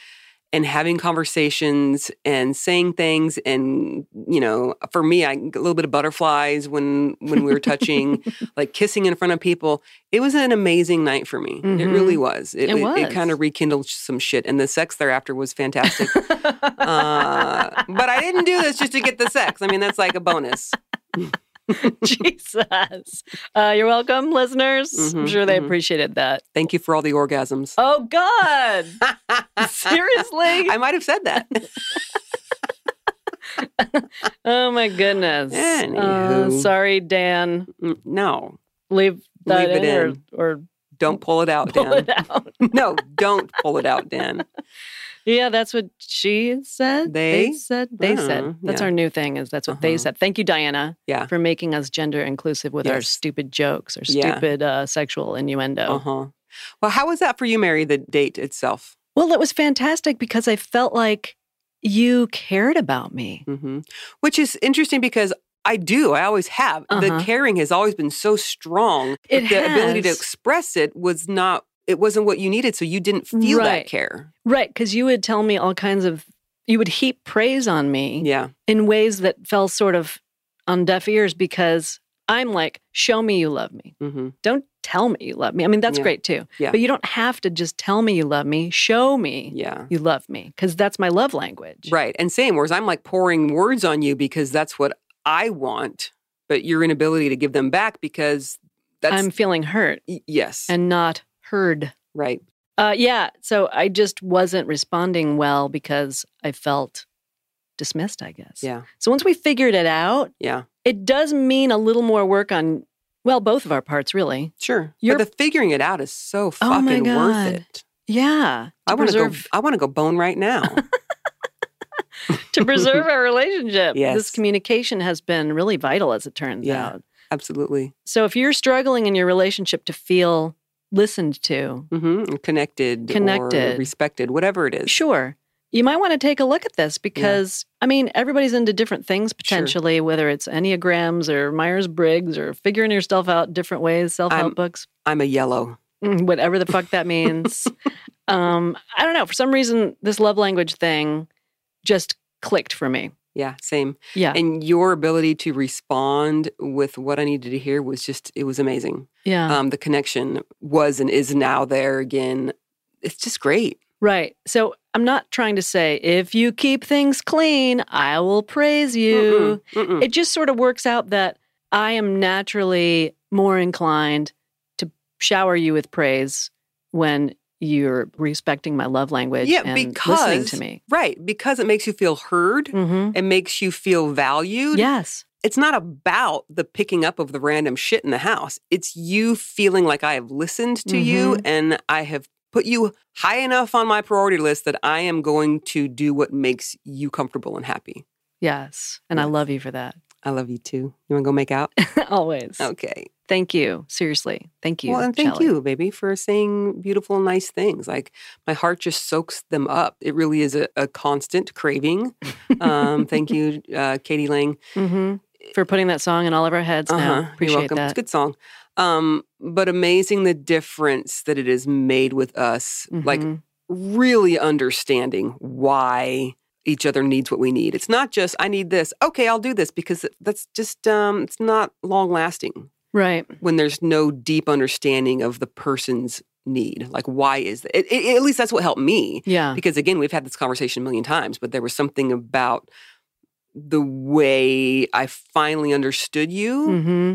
[SPEAKER 2] and having conversations and saying things and you know for me I get a little bit of butterflies when when we were touching like kissing in front of people it was an amazing night for me it
[SPEAKER 1] Mhm.
[SPEAKER 2] really was it,
[SPEAKER 1] It
[SPEAKER 2] it
[SPEAKER 1] was.
[SPEAKER 2] kind of rekindled some shit and the sex thereafter was fantastic uh, but I didn't do this just to get the sex. I mean, that's like a bonus.
[SPEAKER 1] Jesus. Uh, you're welcome, listeners. I'm
[SPEAKER 2] Mhm,
[SPEAKER 1] sure they
[SPEAKER 2] mhm.
[SPEAKER 1] appreciated that.
[SPEAKER 2] Thank you for all the orgasms.
[SPEAKER 1] Oh, God. Oh, Seriously?
[SPEAKER 2] I might have said that.
[SPEAKER 1] oh, my goodness. Uh,
[SPEAKER 2] Anywho.
[SPEAKER 1] sorry, Dan.
[SPEAKER 2] Mm, no,
[SPEAKER 1] Leave that
[SPEAKER 2] Leave it in.
[SPEAKER 1] or, or
[SPEAKER 2] don't pull it out,
[SPEAKER 1] pull
[SPEAKER 2] Dan.
[SPEAKER 1] it out.
[SPEAKER 2] No, don't pull it out, Dan.
[SPEAKER 1] Yeah, that's what she said.
[SPEAKER 2] They?
[SPEAKER 1] said. They
[SPEAKER 2] Oh,
[SPEAKER 1] said. That's
[SPEAKER 2] yeah.
[SPEAKER 1] our new thing. Is that's what they
[SPEAKER 2] Uh-huh.
[SPEAKER 1] said. Thank you, Diana.
[SPEAKER 2] Yeah.
[SPEAKER 1] For making us gender inclusive with our
[SPEAKER 2] Yes.
[SPEAKER 1] stupid jokes or
[SPEAKER 2] Yeah.
[SPEAKER 1] stupid uh, sexual innuendo.
[SPEAKER 2] Uh huh. Well, how was that for you, Mary? The date itself.
[SPEAKER 1] Well, it was fantastic because I felt like you cared about me.
[SPEAKER 2] hmm Which is interesting because I do. I always have.
[SPEAKER 1] Uh-huh.
[SPEAKER 2] The caring has always been so strong.
[SPEAKER 1] It
[SPEAKER 2] but the ability to
[SPEAKER 1] has.
[SPEAKER 2] express it was not. It wasn't what you needed, so you didn't feel
[SPEAKER 1] Right.
[SPEAKER 2] that care.
[SPEAKER 1] Right, because you would tell me all kinds of. You would heap praise on me
[SPEAKER 2] Yeah.
[SPEAKER 1] in ways that fell sort of on deaf ears because I'm like, show me you love me.
[SPEAKER 2] hmm
[SPEAKER 1] Don't tell me you love me. I mean, that's
[SPEAKER 2] Yeah.
[SPEAKER 1] great too.
[SPEAKER 2] Yeah.
[SPEAKER 1] But you don't have to just tell me you love me. Show me
[SPEAKER 2] Yeah.
[SPEAKER 1] you love me because that's my love language.
[SPEAKER 2] Right. And same, whereas I'm like pouring words on you because that's what I want, but your inability to give them back because that's
[SPEAKER 1] I'm feeling hurt
[SPEAKER 2] y- yes.
[SPEAKER 1] and not heard.
[SPEAKER 2] right.
[SPEAKER 1] Uh, yeah. So I just wasn't responding well because I felt dismissed, I guess.
[SPEAKER 2] Yeah.
[SPEAKER 1] So once we figured it out,
[SPEAKER 2] Yeah.
[SPEAKER 1] it does mean a little more work on, well, both of our parts, really.
[SPEAKER 2] Sure.
[SPEAKER 1] You're-
[SPEAKER 2] but the figuring it out is so
[SPEAKER 1] Oh my
[SPEAKER 2] fucking worth
[SPEAKER 1] God.
[SPEAKER 2] it.
[SPEAKER 1] Yeah.
[SPEAKER 2] I
[SPEAKER 1] To
[SPEAKER 2] want to go
[SPEAKER 1] preserve,
[SPEAKER 2] I want to go bone right now.
[SPEAKER 1] to preserve our relationship.
[SPEAKER 2] Yes.
[SPEAKER 1] This communication has been really vital, as it turns
[SPEAKER 2] Yeah.
[SPEAKER 1] out.
[SPEAKER 2] Absolutely.
[SPEAKER 1] So if you're struggling in your relationship to feel listened to,
[SPEAKER 2] Mm-hmm. Connected, or
[SPEAKER 1] Connected.
[SPEAKER 2] respected, whatever it is.
[SPEAKER 1] sure, you might want to take a look at this because, I mean, everybody's into different things potentially, whether it's Enneagrams or Myers Briggs or figuring yourself out different ways, self help
[SPEAKER 2] I'm-
[SPEAKER 1] books,
[SPEAKER 2] I'm a yellow.
[SPEAKER 1] mm, whatever the fuck that means. um, I don't know. For some reason, this love language thing just clicked for me.
[SPEAKER 2] Yeah, same.
[SPEAKER 1] Yeah.
[SPEAKER 2] And your ability to respond with what I needed to hear was just it was amazing.
[SPEAKER 1] yeah.
[SPEAKER 2] um, the connection was and is now there again. It's just great.
[SPEAKER 1] Right. So I'm not trying to say if you keep things clean, I will praise you.
[SPEAKER 2] Mm-mm, mm-mm.
[SPEAKER 1] It just sort of works out that I am naturally more inclined to shower you with praise when you're respecting my love language
[SPEAKER 2] Yeah,
[SPEAKER 1] and listening
[SPEAKER 2] because-
[SPEAKER 1] to me.
[SPEAKER 2] right, because it makes you feel heard.
[SPEAKER 1] hmm
[SPEAKER 2] It makes you feel valued.
[SPEAKER 1] Yes.
[SPEAKER 2] It's not about the picking up of the random shit in the house. It's you feeling like I have listened to you
[SPEAKER 1] Mm-hmm.
[SPEAKER 2] and I have put you high enough on my priority list that I am going to do what makes you comfortable and happy.
[SPEAKER 1] Yes. And I
[SPEAKER 2] Yes.
[SPEAKER 1] love you for that.
[SPEAKER 2] I love you too. You want to go make out?
[SPEAKER 1] Always.
[SPEAKER 2] Okay.
[SPEAKER 1] Thank you. Seriously. Thank you.
[SPEAKER 2] Oh. Well, and thank
[SPEAKER 1] Shelley.
[SPEAKER 2] you, baby, for saying beautiful, and nice things. Like my heart just soaks them up. It really is a, a constant craving. Um, thank you, uh, Katie Lang.
[SPEAKER 1] Mhm. For putting that song in all of our heads
[SPEAKER 2] Eh, Uh-huh.
[SPEAKER 1] now. Appreciate
[SPEAKER 2] You're welcome. It's
[SPEAKER 1] that.
[SPEAKER 2] a good song. Um, but amazing the difference that it has made with us. Like
[SPEAKER 1] Mhm.
[SPEAKER 2] really understanding why each other needs what we need. It's not just I need this. Okay, I'll do this because that's just um, it's not long lasting
[SPEAKER 1] right.
[SPEAKER 2] when there's no deep understanding of the person's need. Like, why is that? It, it- at least that's what helped me.
[SPEAKER 1] Yeah.
[SPEAKER 2] Because again, we've had this conversation a million times, but there was something about the way I finally understood you
[SPEAKER 1] hmm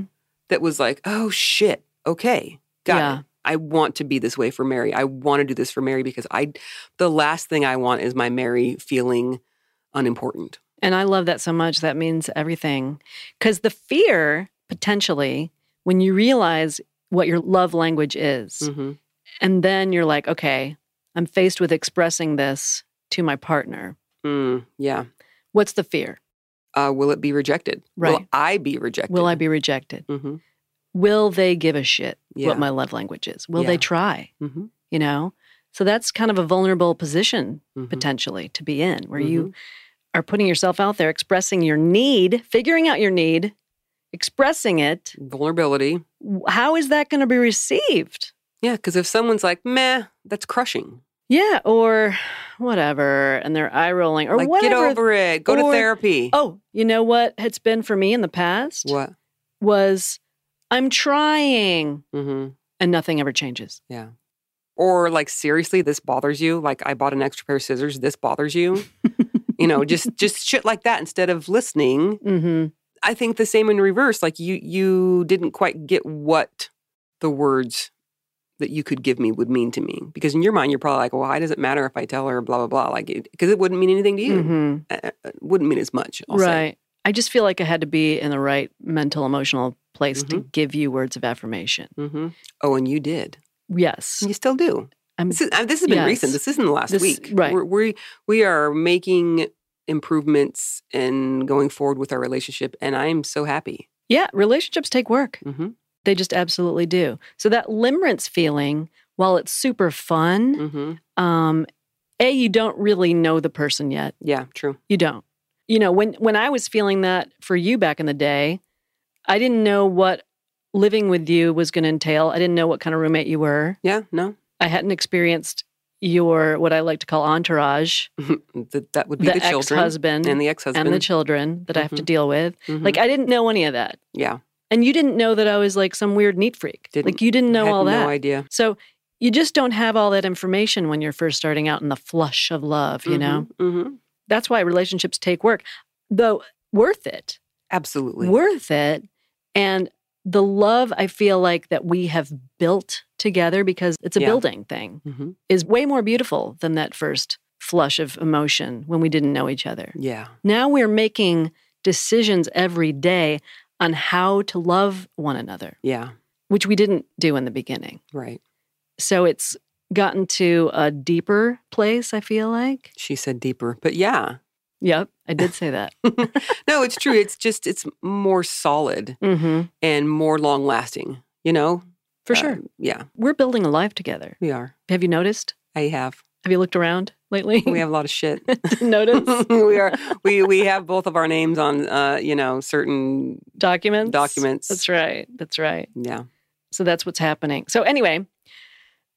[SPEAKER 2] that was like, oh shit, okay, got
[SPEAKER 1] Yeah.
[SPEAKER 2] it. I want to be this way for Mary. I want to do this for Mary because I, the last thing I want is my Mary feeling unimportant.
[SPEAKER 1] And I love that so much. That means everything. Because the fear, potentially, when you realize what your love language is,
[SPEAKER 2] Mm-hmm.
[SPEAKER 1] and then you're like, okay, I'm faced with expressing this to my partner.
[SPEAKER 2] Mm, yeah.
[SPEAKER 1] What's the fear?
[SPEAKER 2] Uh, will it be rejected? Will
[SPEAKER 1] Right.
[SPEAKER 2] I be rejected?
[SPEAKER 1] Will I be rejected?
[SPEAKER 2] Mm-hmm.
[SPEAKER 1] Will they give a shit
[SPEAKER 2] Yeah.
[SPEAKER 1] what my love language is? Will
[SPEAKER 2] Yeah.
[SPEAKER 1] they try?
[SPEAKER 2] mm-hmm.
[SPEAKER 1] You know? So that's kind of a vulnerable position
[SPEAKER 2] Mhm.
[SPEAKER 1] potentially to be in where
[SPEAKER 2] Mm-hmm.
[SPEAKER 1] you are putting yourself out there, expressing your need, figuring out your need, expressing it,
[SPEAKER 2] vulnerability.
[SPEAKER 1] w- how is that going to be received?
[SPEAKER 2] Yeah, because if someone's like, meh, that's crushing.
[SPEAKER 1] Yeah, or whatever, and they're eye rolling or
[SPEAKER 2] like,
[SPEAKER 1] whatever.
[SPEAKER 2] get over it. Go to
[SPEAKER 1] or-
[SPEAKER 2] therapy.
[SPEAKER 1] Oh, you know what it's been for me in the past
[SPEAKER 2] What?
[SPEAKER 1] was I'm trying,
[SPEAKER 2] hmm
[SPEAKER 1] and nothing ever changes.
[SPEAKER 2] Yeah. Or like, seriously, this bothers you? Like, I bought an extra pair of scissors. This bothers you? you know, just just shit like that instead of listening.
[SPEAKER 1] hmm
[SPEAKER 2] I think the same in reverse. Like, you you didn't quite get what the words that you could give me would mean to me because in your mind you're probably like, well, why does it matter if I tell her? Blah blah blah. Like, because it wouldn't mean anything to you.
[SPEAKER 1] hmm
[SPEAKER 2] Uh, uh, wouldn't mean as much. I'll say.
[SPEAKER 1] Right. I just feel like I had to be in the right mental, emotional place to
[SPEAKER 2] Mm-hmm.
[SPEAKER 1] give you words of affirmation.
[SPEAKER 2] hmm Oh, and you did.
[SPEAKER 1] Yes.
[SPEAKER 2] You still do.
[SPEAKER 1] I'm-
[SPEAKER 2] This, is, uh, this has been recent.
[SPEAKER 1] Yes.
[SPEAKER 2] This isn't the last
[SPEAKER 1] This-
[SPEAKER 2] week.
[SPEAKER 1] right.
[SPEAKER 2] We're, we we are making improvements and going forward with our relationship, and I am so happy.
[SPEAKER 1] Yeah, relationships take work.
[SPEAKER 2] Mm-hmm.
[SPEAKER 1] They just absolutely do. So that limerence feeling, while it's super fun,
[SPEAKER 2] Mm-hmm.
[SPEAKER 1] um a you don't really know the person yet
[SPEAKER 2] Yeah. True.
[SPEAKER 1] you don't you know when when i was feeling that for you back in the day i didn't know what living with you was going to entail i didn't know what kind of roommate you were
[SPEAKER 2] Yeah. No.
[SPEAKER 1] i hadn't experienced your what i like to call entourage
[SPEAKER 2] That that would be
[SPEAKER 1] the,
[SPEAKER 2] the, children
[SPEAKER 1] ex-husband
[SPEAKER 2] and the
[SPEAKER 1] and
[SPEAKER 2] Mm-hmm. ex-husband.
[SPEAKER 1] the children that i have to deal with
[SPEAKER 2] Mhm.
[SPEAKER 1] like i didn't know any of that
[SPEAKER 2] yeah.
[SPEAKER 1] And you didn't know that I was like some weird neat freak.
[SPEAKER 2] Didn't-
[SPEAKER 1] like you didn't know
[SPEAKER 2] Had
[SPEAKER 1] all that.
[SPEAKER 2] No idea.
[SPEAKER 1] So you just don't have all that information when you're first starting out in the flush of love, you know?
[SPEAKER 2] Mm-hmm.
[SPEAKER 1] That's why relationships take work, though worth it,
[SPEAKER 2] Absolutely.
[SPEAKER 1] worth it. And the love I feel like that we have built together because it's a
[SPEAKER 2] Yeah.
[SPEAKER 1] building thing
[SPEAKER 2] hmm
[SPEAKER 1] is way more beautiful than that first flush of emotion when we didn't know each other.
[SPEAKER 2] Yeah.
[SPEAKER 1] Now we're making decisions every day on how to love one another,
[SPEAKER 2] Yeah.
[SPEAKER 1] which we didn't do in the beginning.
[SPEAKER 2] Right.
[SPEAKER 1] So it's gotten to a deeper place, I feel like.
[SPEAKER 2] She said deeper, but yeah.
[SPEAKER 1] Yep, I did say that.
[SPEAKER 2] No, it's true. it's just it's more solid
[SPEAKER 1] hmm
[SPEAKER 2] and more long lasting. You know.
[SPEAKER 1] For
[SPEAKER 2] Uh,
[SPEAKER 1] sure.
[SPEAKER 2] yeah,
[SPEAKER 1] We're building a life together.
[SPEAKER 2] we are.
[SPEAKER 1] Have you noticed?
[SPEAKER 2] I have.
[SPEAKER 1] Have you looked around lately?
[SPEAKER 2] We have a lot of shit.
[SPEAKER 1] Notice
[SPEAKER 2] we are. We we have both of our names on. Uh, you know, certain
[SPEAKER 1] documents.
[SPEAKER 2] documents.
[SPEAKER 1] That's right. That's right.
[SPEAKER 2] Yeah.
[SPEAKER 1] So that's what's happening. So, anyway,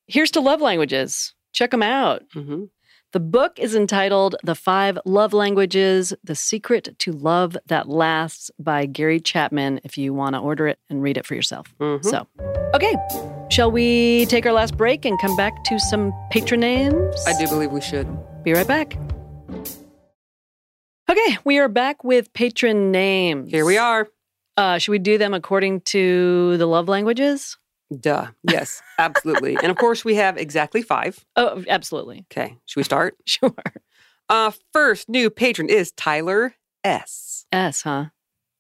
[SPEAKER 1] here's to love languages. Check them out.
[SPEAKER 2] hmm
[SPEAKER 1] The book is entitled The Five Love Languages The Secret to Love That Lasts by Gary Chapman if you want to order it and read it for yourself.
[SPEAKER 2] Mhm.
[SPEAKER 1] So, okay, shall we take our last break and come back to some patron names?
[SPEAKER 2] I do believe we should.
[SPEAKER 1] Be right back. Okay, we are back with patron names.
[SPEAKER 2] Here we are.
[SPEAKER 1] Uh, should we do them according to the love languages?
[SPEAKER 2] Duh. Yes, absolutely. and of course, we have exactly five.
[SPEAKER 1] Oh, absolutely.
[SPEAKER 2] Okay. Should we start?
[SPEAKER 1] Sure.
[SPEAKER 2] Uh, first new patron is Tyler S.
[SPEAKER 1] S, huh?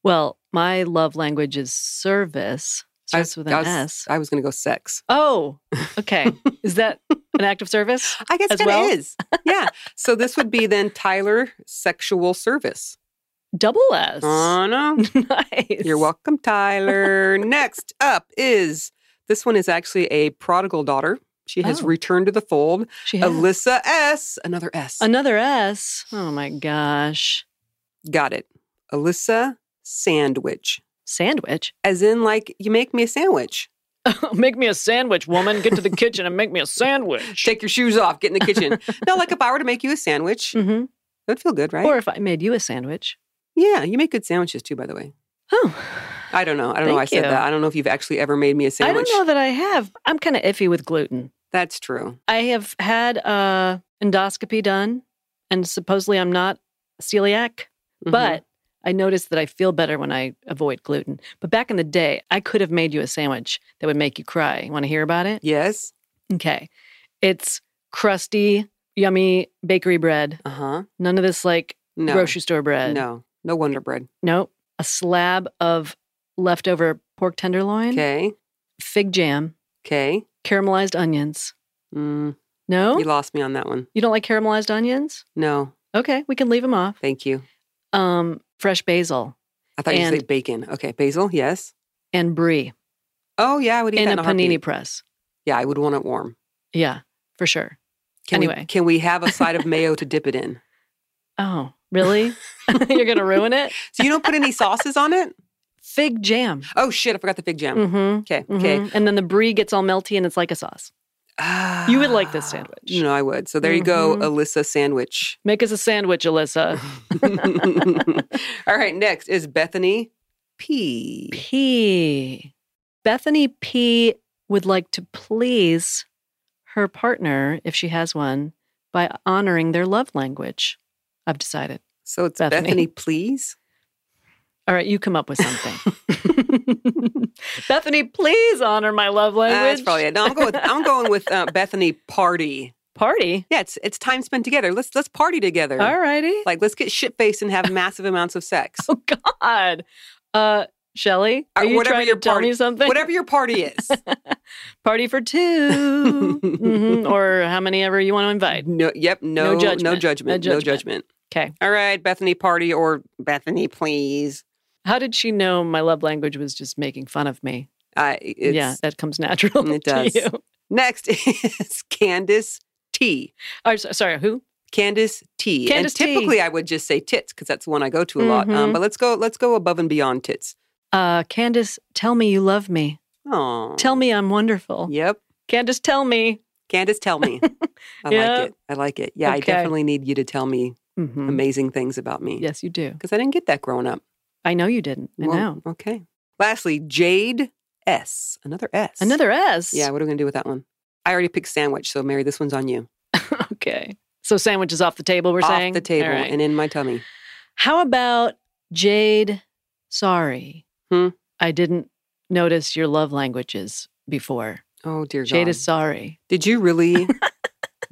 [SPEAKER 1] Well, my love language is service. Starts with an
[SPEAKER 2] I was,
[SPEAKER 1] S.
[SPEAKER 2] I was going to go sex.
[SPEAKER 1] Oh, okay. is that an act of service?
[SPEAKER 2] I guess
[SPEAKER 1] As
[SPEAKER 2] that is.
[SPEAKER 1] well?
[SPEAKER 2] Yeah. So this would be then Tyler sexual service.
[SPEAKER 1] Double S.
[SPEAKER 2] Oh no.
[SPEAKER 1] nice.
[SPEAKER 2] You're welcome, Tyler. Next up is this one is actually a prodigal daughter. She has
[SPEAKER 1] Oh.
[SPEAKER 2] returned to the fold.
[SPEAKER 1] She has
[SPEAKER 2] Alyssa S. Another S.
[SPEAKER 1] another S. Oh my gosh.
[SPEAKER 2] Got it. Alyssa Sandwich.
[SPEAKER 1] Sandwich.
[SPEAKER 2] As in, like, you make me a sandwich.
[SPEAKER 1] make me a sandwich, woman. Get to the kitchen and make me a sandwich.
[SPEAKER 2] Take your shoes off, get in the kitchen. no, like if I were to make you a sandwich, that
[SPEAKER 1] hmm
[SPEAKER 2] would feel good, right?
[SPEAKER 1] Or if I made you a sandwich.
[SPEAKER 2] yeah, you make good sandwiches too, by the way.
[SPEAKER 1] Oh.
[SPEAKER 2] I don't know. I don't know why I
[SPEAKER 1] Thank
[SPEAKER 2] said
[SPEAKER 1] you.
[SPEAKER 2] that. I don't know if you've actually ever made me a
[SPEAKER 1] I
[SPEAKER 2] sandwich.
[SPEAKER 1] don't know that I have. I'm kind of iffy with gluten.
[SPEAKER 2] That's true.
[SPEAKER 1] I have had uh, endoscopy done, and supposedly I'm not celiac.
[SPEAKER 2] Mhm.
[SPEAKER 1] But I noticed that I feel better when I avoid gluten. But back in the day, I could have made you a sandwich that would make you cry. Want to hear about it?
[SPEAKER 2] yes.
[SPEAKER 1] Okay. It's crusty, yummy bakery bread.
[SPEAKER 2] Uh huh.
[SPEAKER 1] None of this like
[SPEAKER 2] No.
[SPEAKER 1] grocery store bread.
[SPEAKER 2] No. No wonder bread.
[SPEAKER 1] Nope. A slab of leftover pork tenderloin,
[SPEAKER 2] Okay.
[SPEAKER 1] fig jam,
[SPEAKER 2] Okay.
[SPEAKER 1] caramelized onions.
[SPEAKER 2] Mm,
[SPEAKER 1] No?
[SPEAKER 2] you lost me on that one.
[SPEAKER 1] you don't like caramelized onions?
[SPEAKER 2] No.
[SPEAKER 1] Okay, we can leave them off.
[SPEAKER 2] Thank you.
[SPEAKER 1] Um, fresh basil
[SPEAKER 2] I thought you
[SPEAKER 1] And-
[SPEAKER 2] said bacon. Okay. Basil. Yes.
[SPEAKER 1] and brie
[SPEAKER 2] Oh, yeah. I would eat
[SPEAKER 1] in
[SPEAKER 2] that
[SPEAKER 1] a
[SPEAKER 2] in a
[SPEAKER 1] panini
[SPEAKER 2] heartbeat.
[SPEAKER 1] press.
[SPEAKER 2] Yeah, I would want it warm.
[SPEAKER 1] Yeah, for sure.
[SPEAKER 2] Can we,
[SPEAKER 1] Anyway.
[SPEAKER 2] can we have a side of mayo to dip it in?
[SPEAKER 1] Oh, really? You're going to ruin it?
[SPEAKER 2] So you don't put any sauces on it?
[SPEAKER 1] Fig jam.
[SPEAKER 2] Oh shit, I forgot the fig jam.
[SPEAKER 1] Mm-hmm.
[SPEAKER 2] Okay, okay.
[SPEAKER 1] And then the brie gets all melty and it's like a sauce. You would like this
[SPEAKER 2] Ah,
[SPEAKER 1] sandwich.
[SPEAKER 2] No, I would. So there you go,
[SPEAKER 1] Mhm.
[SPEAKER 2] Alyssa sandwich.
[SPEAKER 1] Make us a sandwich,
[SPEAKER 2] Mm-hmm.
[SPEAKER 1] Alyssa.
[SPEAKER 2] All right, next is Bethany P.
[SPEAKER 1] P. Bethany P would like to please her partner, if she has one, by honoring their love language. I've decided.
[SPEAKER 2] So it's
[SPEAKER 1] Bethany.
[SPEAKER 2] Bethany, please.
[SPEAKER 1] All right, you come up with something. Bethany, please honor my love
[SPEAKER 2] Uh,
[SPEAKER 1] language.
[SPEAKER 2] that's probably it. No, I'm going with, I'm going with uh, Bethany party.
[SPEAKER 1] Party.
[SPEAKER 2] Yeah, it's it's time spent together. Let's let's party together.
[SPEAKER 1] All righty.
[SPEAKER 2] Like let's get shit faced and have massive amounts of sex.
[SPEAKER 1] Oh God, uh, Shelly, are
[SPEAKER 2] Uh,
[SPEAKER 1] you
[SPEAKER 2] whatever
[SPEAKER 1] trying
[SPEAKER 2] your
[SPEAKER 1] to tell
[SPEAKER 2] party-
[SPEAKER 1] me something?
[SPEAKER 2] Whatever your party is.
[SPEAKER 1] Party for 2 Mhm. or how many ever you want to invite.
[SPEAKER 2] No, yep, no, no judgment, no
[SPEAKER 1] judgment.
[SPEAKER 2] judgment,
[SPEAKER 1] No
[SPEAKER 2] no
[SPEAKER 1] judgment.
[SPEAKER 2] judgment.
[SPEAKER 1] Okay.
[SPEAKER 2] All right, Bethany party or Bethany please.
[SPEAKER 1] How did she know my love language was just making fun of me?
[SPEAKER 2] I it's,
[SPEAKER 1] yeah, that comes natural.
[SPEAKER 2] it
[SPEAKER 1] to
[SPEAKER 2] does.
[SPEAKER 1] you.
[SPEAKER 2] Next is Candace T.
[SPEAKER 1] Oh, so- sorry, who?
[SPEAKER 2] Candace T.
[SPEAKER 1] Candace
[SPEAKER 2] and
[SPEAKER 1] T.
[SPEAKER 2] typically I would just say tits because that's the one I go to a lot.
[SPEAKER 1] Mhm.
[SPEAKER 2] Um, but let's go let's go above and beyond tits.
[SPEAKER 1] Uh, Candace, tell me you love me.
[SPEAKER 2] Oh.
[SPEAKER 1] Tell me I'm wonderful.
[SPEAKER 2] Yep.
[SPEAKER 1] Candace, tell me.
[SPEAKER 2] Candace, tell me. I
[SPEAKER 1] Yeah.
[SPEAKER 2] like it. I like it. Yeah, I
[SPEAKER 1] Okay.
[SPEAKER 2] definitely need you to tell me
[SPEAKER 1] Mhm.
[SPEAKER 2] Mm-hmm. amazing things about me.
[SPEAKER 1] Yes, you do.
[SPEAKER 2] Because I didn't get that growing up.
[SPEAKER 1] I know you didn't. I
[SPEAKER 2] Well,
[SPEAKER 1] know.
[SPEAKER 2] Okay. Lastly, Jade S. Another S.
[SPEAKER 1] Another S.
[SPEAKER 2] Yeah, what are we going to do with that one? I already picked sandwich, so Mary, this one's on you.
[SPEAKER 1] Okay. So sandwich is off the table, we're
[SPEAKER 2] Off
[SPEAKER 1] saying?
[SPEAKER 2] the table
[SPEAKER 1] All right.
[SPEAKER 2] and in my tummy.
[SPEAKER 1] How about Jade? Sorry.
[SPEAKER 2] Hmm?
[SPEAKER 1] I didn't notice your love languages before.
[SPEAKER 2] Oh, dear
[SPEAKER 1] Jade
[SPEAKER 2] God.
[SPEAKER 1] is sorry.
[SPEAKER 2] Did you really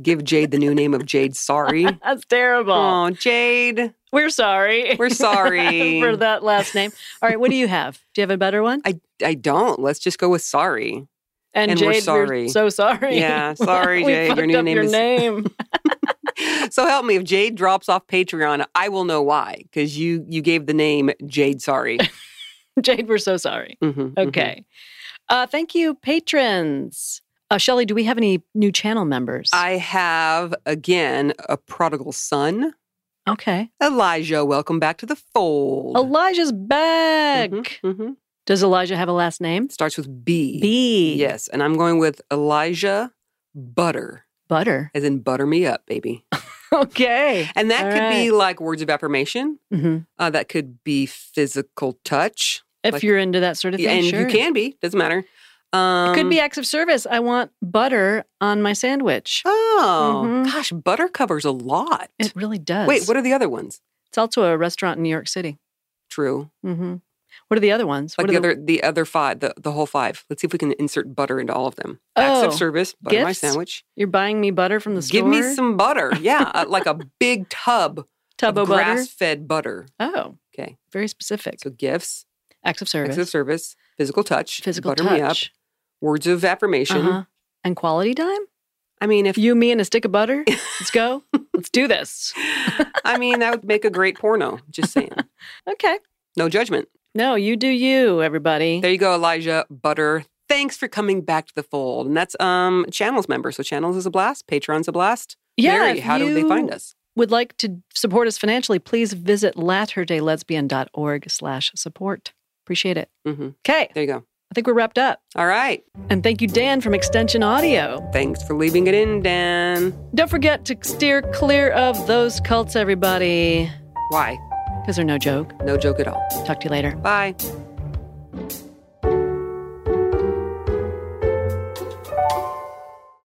[SPEAKER 2] give Jade the new name of Jade Sorry?
[SPEAKER 1] That's terrible.
[SPEAKER 2] Oh, Jade.
[SPEAKER 1] We're sorry.
[SPEAKER 2] We're sorry.
[SPEAKER 1] for that last name. All right, what do you have? Do you have a better one?
[SPEAKER 2] I don't. Let's just go with sorry. and we're
[SPEAKER 1] Jade,
[SPEAKER 2] sorry.
[SPEAKER 1] so sorry.
[SPEAKER 2] Yeah, sorry,
[SPEAKER 1] We
[SPEAKER 2] Jade. Your
[SPEAKER 1] fucked
[SPEAKER 2] new
[SPEAKER 1] up
[SPEAKER 2] name
[SPEAKER 1] your
[SPEAKER 2] is-
[SPEAKER 1] name.
[SPEAKER 2] So help me if Jade drops off Patreon, I will know why because you you gave the name Jade Sorry.
[SPEAKER 1] Jade, we're so sorry.
[SPEAKER 2] Mhm, mhm.
[SPEAKER 1] Okay. Uh, thank you, patrons. Uh, Shelly, do we have any new channel members?
[SPEAKER 2] I have again a prodigal son,
[SPEAKER 1] okay.
[SPEAKER 2] Elijah. Welcome back to the fold. Mm-hmm,
[SPEAKER 1] Elijah's back.
[SPEAKER 2] Mhm, mhm.
[SPEAKER 1] Does Elijah have a last name?
[SPEAKER 2] Starts with B.
[SPEAKER 1] B.
[SPEAKER 2] Yes, and I'm going with Elijah Butter,
[SPEAKER 1] Butter.
[SPEAKER 2] as in butter me up, baby.
[SPEAKER 1] Okay.
[SPEAKER 2] And that
[SPEAKER 1] All
[SPEAKER 2] could be like words of affirmation.
[SPEAKER 1] hmm
[SPEAKER 2] Uh, that could be physical touch,
[SPEAKER 1] If
[SPEAKER 2] Like-
[SPEAKER 1] you're into that sort of thing,
[SPEAKER 2] and
[SPEAKER 1] sure.
[SPEAKER 2] you can be. Doesn't matter. Um,
[SPEAKER 1] It could be acts of service. I want butter on my sandwich.
[SPEAKER 2] Oh
[SPEAKER 1] Mhm.
[SPEAKER 2] gosh, butter covers a lot.
[SPEAKER 1] It really does.
[SPEAKER 2] Wait, what are the other ones?
[SPEAKER 1] It's also a restaurant in New York City.
[SPEAKER 2] True,
[SPEAKER 1] hmm What are the other ones?
[SPEAKER 2] like
[SPEAKER 1] what
[SPEAKER 2] the
[SPEAKER 1] are
[SPEAKER 2] other the other five, the, the whole five. Let's see if we can insert butter into all of them. Acts of
[SPEAKER 1] Oh,
[SPEAKER 2] service, butter my
[SPEAKER 1] gifts
[SPEAKER 2] sandwich.
[SPEAKER 1] You're buying me butter from the store.
[SPEAKER 2] Give me some butter. Yeah, uh, like a big tub,
[SPEAKER 1] tub of butter.
[SPEAKER 2] grass fed butter.
[SPEAKER 1] Oh,
[SPEAKER 2] Okay,
[SPEAKER 1] very specific.
[SPEAKER 2] so gifts,
[SPEAKER 1] acts of service,
[SPEAKER 2] acts of service, physical touch,
[SPEAKER 1] physical
[SPEAKER 2] butter
[SPEAKER 1] touch,
[SPEAKER 2] me up, words of affirmation.
[SPEAKER 1] Uh-huh. and quality time.
[SPEAKER 2] I mean, if
[SPEAKER 1] You, me, and a stick of butter. Let's go. Let's do this.
[SPEAKER 2] I mean that would make a great porno. Just saying,
[SPEAKER 1] Okay.
[SPEAKER 2] no judgment.
[SPEAKER 1] No, you do you, everybody.
[SPEAKER 2] There you go, Elijah Butter. Thanks for coming back to the fold. And that's um Channels member. So Channels is a blast. Patreon's a blast.
[SPEAKER 1] yeah.
[SPEAKER 2] Mary,
[SPEAKER 1] if
[SPEAKER 2] how do they find
[SPEAKER 1] you
[SPEAKER 2] us?
[SPEAKER 1] Would like to support us financially? Please visit latterdaylesbian.org/support. Appreciate it.
[SPEAKER 2] hmm
[SPEAKER 1] Okay,
[SPEAKER 2] There you go.
[SPEAKER 1] I think we're wrapped up.
[SPEAKER 2] All right.
[SPEAKER 1] And thank you, Dan, from Extension Audio.
[SPEAKER 2] Thanks for leaving it in, Dan.
[SPEAKER 1] Don't forget to steer clear of those cults, everybody,
[SPEAKER 2] Why?
[SPEAKER 1] because they're no joke.
[SPEAKER 2] No joke at all.
[SPEAKER 1] Talk to you later.
[SPEAKER 2] Bye.